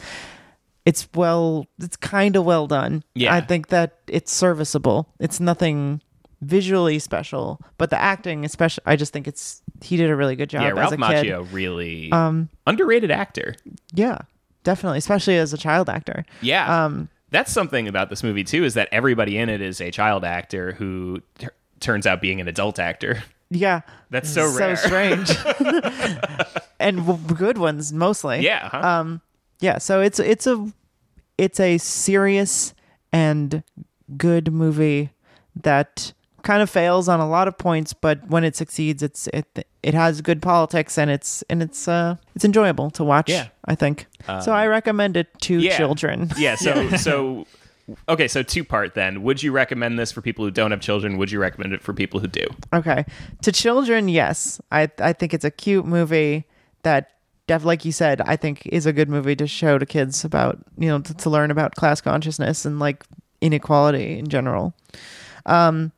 Speaker 3: it's well, it's kind of well done.
Speaker 4: Yeah.
Speaker 3: I think that it's serviceable. It's nothing visually special, but the acting, especially, I just think it's he did a really good job
Speaker 4: yeah,
Speaker 3: as
Speaker 4: Ralph
Speaker 3: a kid. Um,
Speaker 4: Macchio, really underrated actor.
Speaker 3: Yeah, definitely, especially as a child actor.
Speaker 4: Yeah.
Speaker 3: Um,
Speaker 4: That's something about this movie too is that everybody in it is a child actor who t- turns out being an adult actor. (laughs)
Speaker 3: Yeah,
Speaker 4: That's so
Speaker 3: so
Speaker 4: rare.
Speaker 3: strange.
Speaker 4: (laughs)
Speaker 3: (laughs) and w- good ones mostly.
Speaker 4: yeah. huh?
Speaker 3: Um, yeah. So it's it's a it's a serious and good movie that kind of fails on a lot of points, but when it succeeds, it's it it has good politics and it's and it's uh it's enjoyable to watch.
Speaker 4: Yeah. Um,
Speaker 3: I think so. I recommend it to
Speaker 4: yeah.
Speaker 3: children.
Speaker 4: (laughs) yeah. So so okay. So two part then. Would you recommend this for people who don't have children? Would you recommend it for people who do?
Speaker 3: Okay. To children, yes. I I think it's a cute movie that def like you said, I think is a good movie to show to kids about, you know, to, to learn about class consciousness and like inequality in general. Um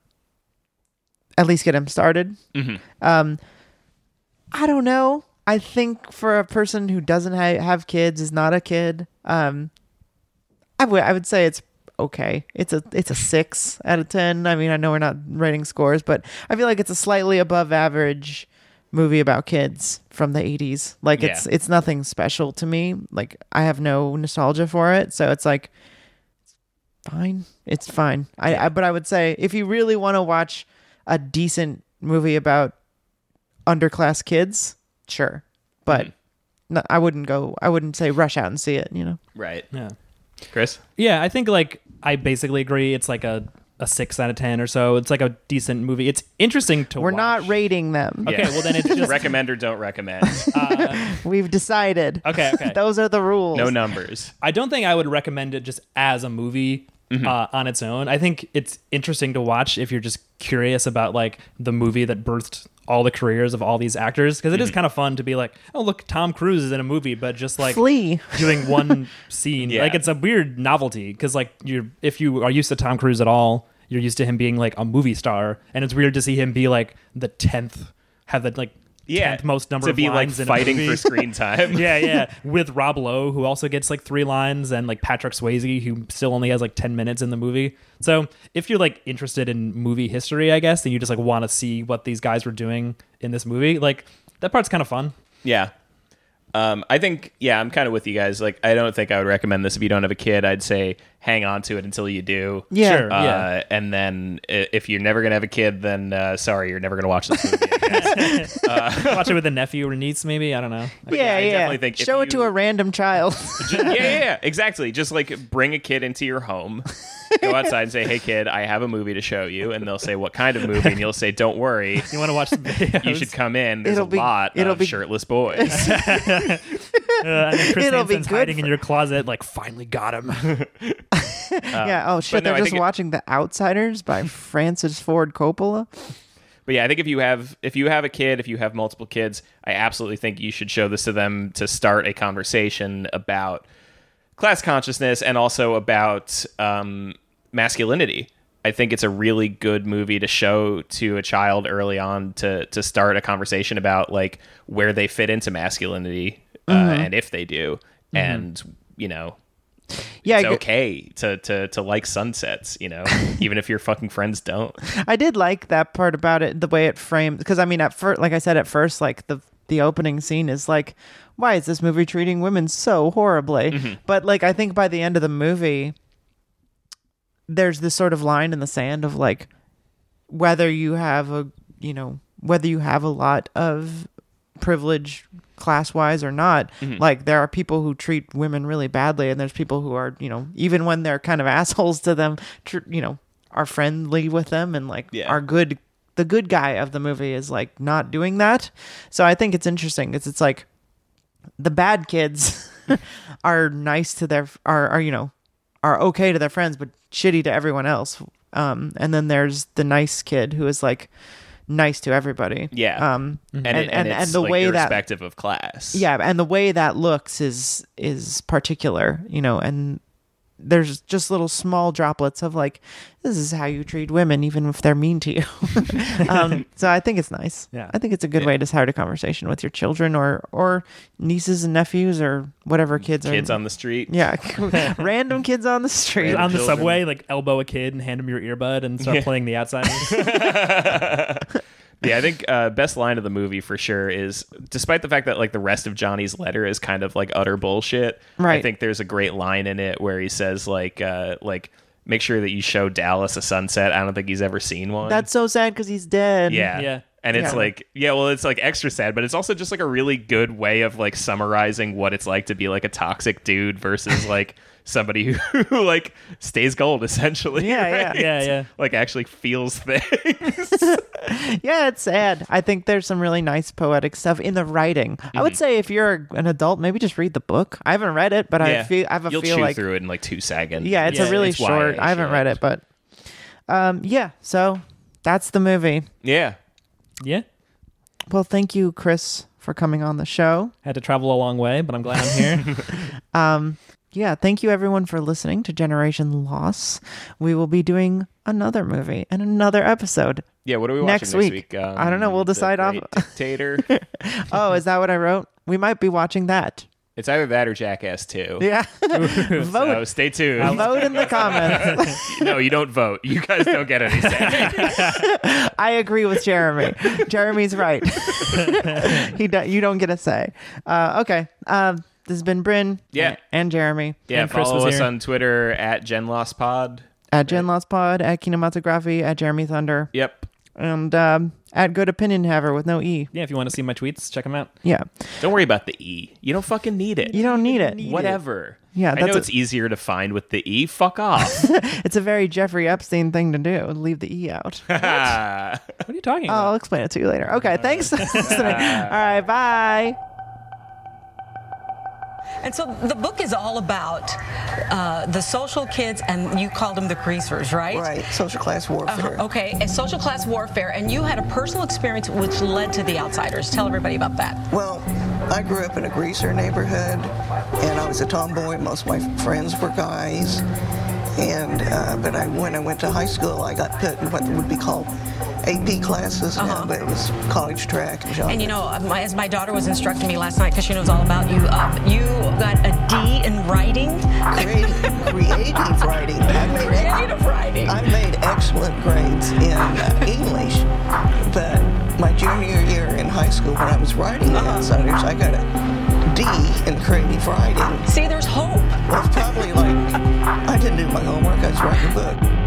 Speaker 3: at least get them started. Um I don't know. I think for a person who doesn't ha- have kids is not a kid. Um I would I would say it's okay. It's a it's a six out of ten. I mean, I know we're not rating scores, but I feel like it's a slightly above average movie about kids from the eighties. Like it's
Speaker 4: Yeah.
Speaker 3: it's nothing special to me. Like I have no nostalgia for it, so it's like it's fine. It's fine. I, I but I would say if you really want to watch a decent movie about underclass kids, sure, but.
Speaker 4: Hmm.
Speaker 3: No, I wouldn't go. I wouldn't say rush out and see it. You know.
Speaker 4: Right.
Speaker 5: Yeah.
Speaker 4: Chris.
Speaker 5: Yeah, I think like I basically agree. It's like a a six out of ten or so. It's like a decent movie. It's interesting to.
Speaker 3: We're
Speaker 5: watch.
Speaker 3: not rating them.
Speaker 5: Okay, well
Speaker 4: (laughs)
Speaker 3: (laughs)
Speaker 5: then it's just
Speaker 4: recommend or
Speaker 5: (laughs)
Speaker 4: don't recommend.
Speaker 3: We've decided. (laughs)
Speaker 5: okay. Okay.
Speaker 3: Those are the rules.
Speaker 4: No numbers.
Speaker 5: I don't think I would recommend it just as a movie
Speaker 4: Mm-hmm.
Speaker 5: uh, on its own. I think it's interesting to watch if you're just curious about like the movie that birthed all the careers of all these actors because
Speaker 4: Mm-hmm.
Speaker 5: it is kind of fun to be like, oh look, Tom Cruise is in a movie, but just like
Speaker 3: Flea.
Speaker 5: doing one scene.
Speaker 4: Yeah.
Speaker 5: Like it's a weird novelty because like you're if you are used to Tom Cruise at all, you're used to him being like a movie star, and it's weird to see him be like the tenth, have the like.
Speaker 4: Yeah.
Speaker 5: 10th most number
Speaker 4: to
Speaker 5: of
Speaker 4: be like
Speaker 5: lines in a
Speaker 4: fighting
Speaker 5: movie
Speaker 4: for
Speaker 5: (laughs)
Speaker 4: screen time. (laughs)
Speaker 5: yeah, yeah. With Rob Lowe, who also gets like three lines, and like Patrick Swayze, who still only has like ten minutes in the movie. So if you're like interested in movie history, I guess, and you just like want to see what these guys were doing in this movie, like that part's kind of fun.
Speaker 4: Yeah. Um, I think, yeah, I'm kind of with you guys. Like, I don't think I would recommend this if you don't have a kid. I'd say hang on to it until you do.
Speaker 3: Yeah.
Speaker 5: Sure.
Speaker 4: Uh,
Speaker 5: yeah.
Speaker 4: And then i- if you're never going to have a kid, then uh, sorry, you're never going to watch this movie.
Speaker 3: (laughs)
Speaker 5: Watch it with a nephew or niece, maybe. I don't know.
Speaker 4: yeah,
Speaker 3: yeah,
Speaker 4: I
Speaker 3: yeah.
Speaker 4: definitely think if
Speaker 3: Show it to
Speaker 4: you-
Speaker 3: a random
Speaker 4: (laughs)
Speaker 3: child. (laughs)
Speaker 4: Ju- yeah, yeah, yeah, exactly. Just like bring a kid into your home, go outside and say, hey, kid, I have a movie to show you. And they'll say, what kind of movie? And you'll say, don't
Speaker 3: (laughs)
Speaker 4: worry.
Speaker 5: You want to
Speaker 4: (laughs)
Speaker 5: watch some videos?
Speaker 4: You should come in. There's
Speaker 3: It'll
Speaker 4: a
Speaker 3: be-
Speaker 4: lot
Speaker 3: it'll
Speaker 4: of
Speaker 3: be-
Speaker 4: shirtless boys.
Speaker 5: Uh, and then Chris
Speaker 3: It'll be
Speaker 5: Hansen's
Speaker 3: good
Speaker 5: hiding in
Speaker 3: for-
Speaker 5: your closet, like finally got him.
Speaker 3: yeah. Oh shit!
Speaker 4: Uh,
Speaker 3: they're
Speaker 4: no, I
Speaker 3: just
Speaker 4: think it-
Speaker 3: watching The Outsiders
Speaker 4: (laughs)
Speaker 3: by Francis Ford Coppola.
Speaker 4: But yeah, I think if you have if you have a kid, if you have multiple kids, I absolutely think you should show this to them to start a conversation about class consciousness and also about um, masculinity. I think it's a really good movie to show to a child early on to to start a conversation about like where they fit into masculinity uh,
Speaker 3: Mm-hmm.
Speaker 4: and if they do, and you know
Speaker 3: Yeah. Mm-hmm.
Speaker 4: it's
Speaker 3: I g-
Speaker 4: okay to to to like sunsets,
Speaker 3: (laughs)
Speaker 4: you know, even if your fucking friends don't.
Speaker 3: I did like that part about it, the way it framed. Because I mean, at first, like I said, at first, like the the opening scene is like, why is this movie treating women so horribly?
Speaker 4: Mm-hmm.
Speaker 3: But like, I think by the end of the movie, there's this sort of line in the sand of like, whether you have a you know whether you have a lot of privilege class wise or not like there are people who treat women really badly and there's people who are you know even when they're kind of (laughs) assholes to them tr- you know are friendly with them and like
Speaker 4: Yeah.
Speaker 3: are good the good guy of the movie is like not doing that so i think it's interesting because it's like the bad kids (laughs) are nice to their are are you know are okay to their friends but shitty to everyone else. Um, and then there's the nice kid who is like nice to everybody.
Speaker 4: Yeah. Mm-hmm.
Speaker 3: Um, and
Speaker 4: and
Speaker 3: and,
Speaker 4: it-
Speaker 3: and,
Speaker 4: it's,
Speaker 3: the
Speaker 4: like,
Speaker 3: way that
Speaker 4: irrespective of class.
Speaker 3: yeah, and the way that looks is is particular, you know, and there's just little small droplets of like this is how you treat women even if they're mean to you (laughs)
Speaker 4: (laughs)
Speaker 3: um, so i think it's nice
Speaker 5: Yeah.
Speaker 3: i think it's a good way to start a conversation with your children or or nieces and nephews or whatever kids,
Speaker 4: Kids
Speaker 3: are
Speaker 4: on the street.
Speaker 3: yeah (laughs) random kids on the
Speaker 4: (laughs)
Speaker 3: street
Speaker 5: on the
Speaker 4: children.
Speaker 5: subway, like elbow a kid and hand him your earbud and start playing The
Speaker 4: (laughs)
Speaker 5: Outsiders.
Speaker 4: Yeah, I think uh, best line of the movie for sure is, despite the fact that like the rest of Johnny's letter is kind of like utter bullshit. I
Speaker 3: Right.
Speaker 4: think there's a great line in it where he says like uh, like make sure that you show Dallas a sunset. I don't think he's ever seen one.
Speaker 3: that's so sad because he's dead
Speaker 4: (laughs) yeah.
Speaker 5: Yeah.
Speaker 4: And it's
Speaker 3: Yeah.
Speaker 4: like, yeah, well, it's like extra sad, but it's also just like a really good way of like summarizing what it's like to be like a toxic dude
Speaker 3: (laughs)
Speaker 4: versus like somebody who, who like stays gold essentially.
Speaker 3: Yeah, yeah.
Speaker 4: right?
Speaker 5: Yeah, yeah.
Speaker 4: Like actually feels things.
Speaker 3: yeah, it's sad. I think there's some really nice poetic stuff in the writing. I
Speaker 4: Mm-hmm.
Speaker 3: would say if you're an adult, maybe just read the book. I haven't read it, but I feel I have a
Speaker 4: You'll
Speaker 3: feel
Speaker 4: chew
Speaker 3: like
Speaker 4: through it in like two seconds.
Speaker 3: yeah, it's
Speaker 5: Yeah,
Speaker 3: a really
Speaker 4: it's YA
Speaker 3: short. I haven't
Speaker 4: short.
Speaker 3: read it, but um, yeah. So that's the movie.
Speaker 4: Yeah.
Speaker 5: yeah.
Speaker 3: Well, thank you, Chris, for coming on the show.
Speaker 5: Had to travel a long way, but I'm glad I'm here.
Speaker 3: Yeah, thank you everyone for listening to Generation Loss. We will be doing another movie and another
Speaker 4: (laughs)
Speaker 3: episode.
Speaker 4: Yeah, what are we watching
Speaker 3: Next
Speaker 4: next
Speaker 3: week.
Speaker 4: week? Um,
Speaker 3: I don't know, we'll
Speaker 4: The
Speaker 3: decide off- (laughs)
Speaker 4: Great Dictator.
Speaker 3: Oh, is that what I wrote? We might be watching that.
Speaker 4: it's either that or Jackass 2. (laughs)
Speaker 3: Yeah.
Speaker 4: So
Speaker 3: (laughs) vote
Speaker 4: Oh, stay tuned.
Speaker 3: vote
Speaker 4: (laughs)
Speaker 3: in the comments.
Speaker 4: no, you don't vote. You guys don't get
Speaker 3: (laughs)
Speaker 4: any say.
Speaker 3: I agree with (laughs) Jeremy. Jeremy's right. (laughs) he do, you don't get a say. Uh, okay. Um, this has been Bryn.
Speaker 4: Yeah.
Speaker 3: And Jeremy.
Speaker 4: Yeah,
Speaker 5: And Chris
Speaker 4: follow
Speaker 5: was
Speaker 4: us
Speaker 5: here.
Speaker 4: on Twitter at GenLostPod.
Speaker 3: At Jen Lost Pod, at Kinematography, at Jeremy Thunder,
Speaker 4: Yep.
Speaker 3: and um, at Good Opinion Haver with no E.
Speaker 5: yeah, if you want to see my tweets, check them out.
Speaker 3: Yeah.
Speaker 4: Don't worry about the E. You don't fucking need it.
Speaker 3: You don't need it.
Speaker 4: Whatever.
Speaker 3: Yeah,
Speaker 4: I
Speaker 3: that's
Speaker 4: know
Speaker 3: a-
Speaker 4: it's easier to find with the E. Fuck off.
Speaker 3: (laughs)
Speaker 4: (laughs)
Speaker 3: It's a very Jeffrey Epstein thing to do. Leave the E
Speaker 4: (laughs)
Speaker 3: out. Oh,
Speaker 4: Ah.
Speaker 5: What are you talking about?
Speaker 3: I'll explain it to you later. Okay.
Speaker 4: (laughs)
Speaker 3: Thanks. (laughs) All right. Bye.
Speaker 6: And so the book is all about uh, the social kids, and you called them the greasers, right?
Speaker 7: Right, social class warfare.
Speaker 6: Uh-huh. Okay, and social class warfare, and you had a personal experience which led to the outsiders. Tell everybody about that.
Speaker 7: Well, I grew up in a greaser neighborhood, and I was a tomboy. Most of my friends were guys, and uh, but I, when I went to high school, I got put in what would be called AP classes now, but it was college track and genre.
Speaker 6: Uh-huh. And you know, uh, my, as my daughter was instructing me last night, because she knows all about you, uh, you got a D in writing,
Speaker 7: creative, (laughs) creative writing. I made,
Speaker 6: creative writing.
Speaker 7: I made excellent grades in uh, English, but my junior year in high school, when I was writing
Speaker 6: Uh-huh.
Speaker 7: The Outsiders, I got a D in creative writing.
Speaker 6: See, there's hope.
Speaker 7: Well, it's probably like I didn't do my homework. I just read the book.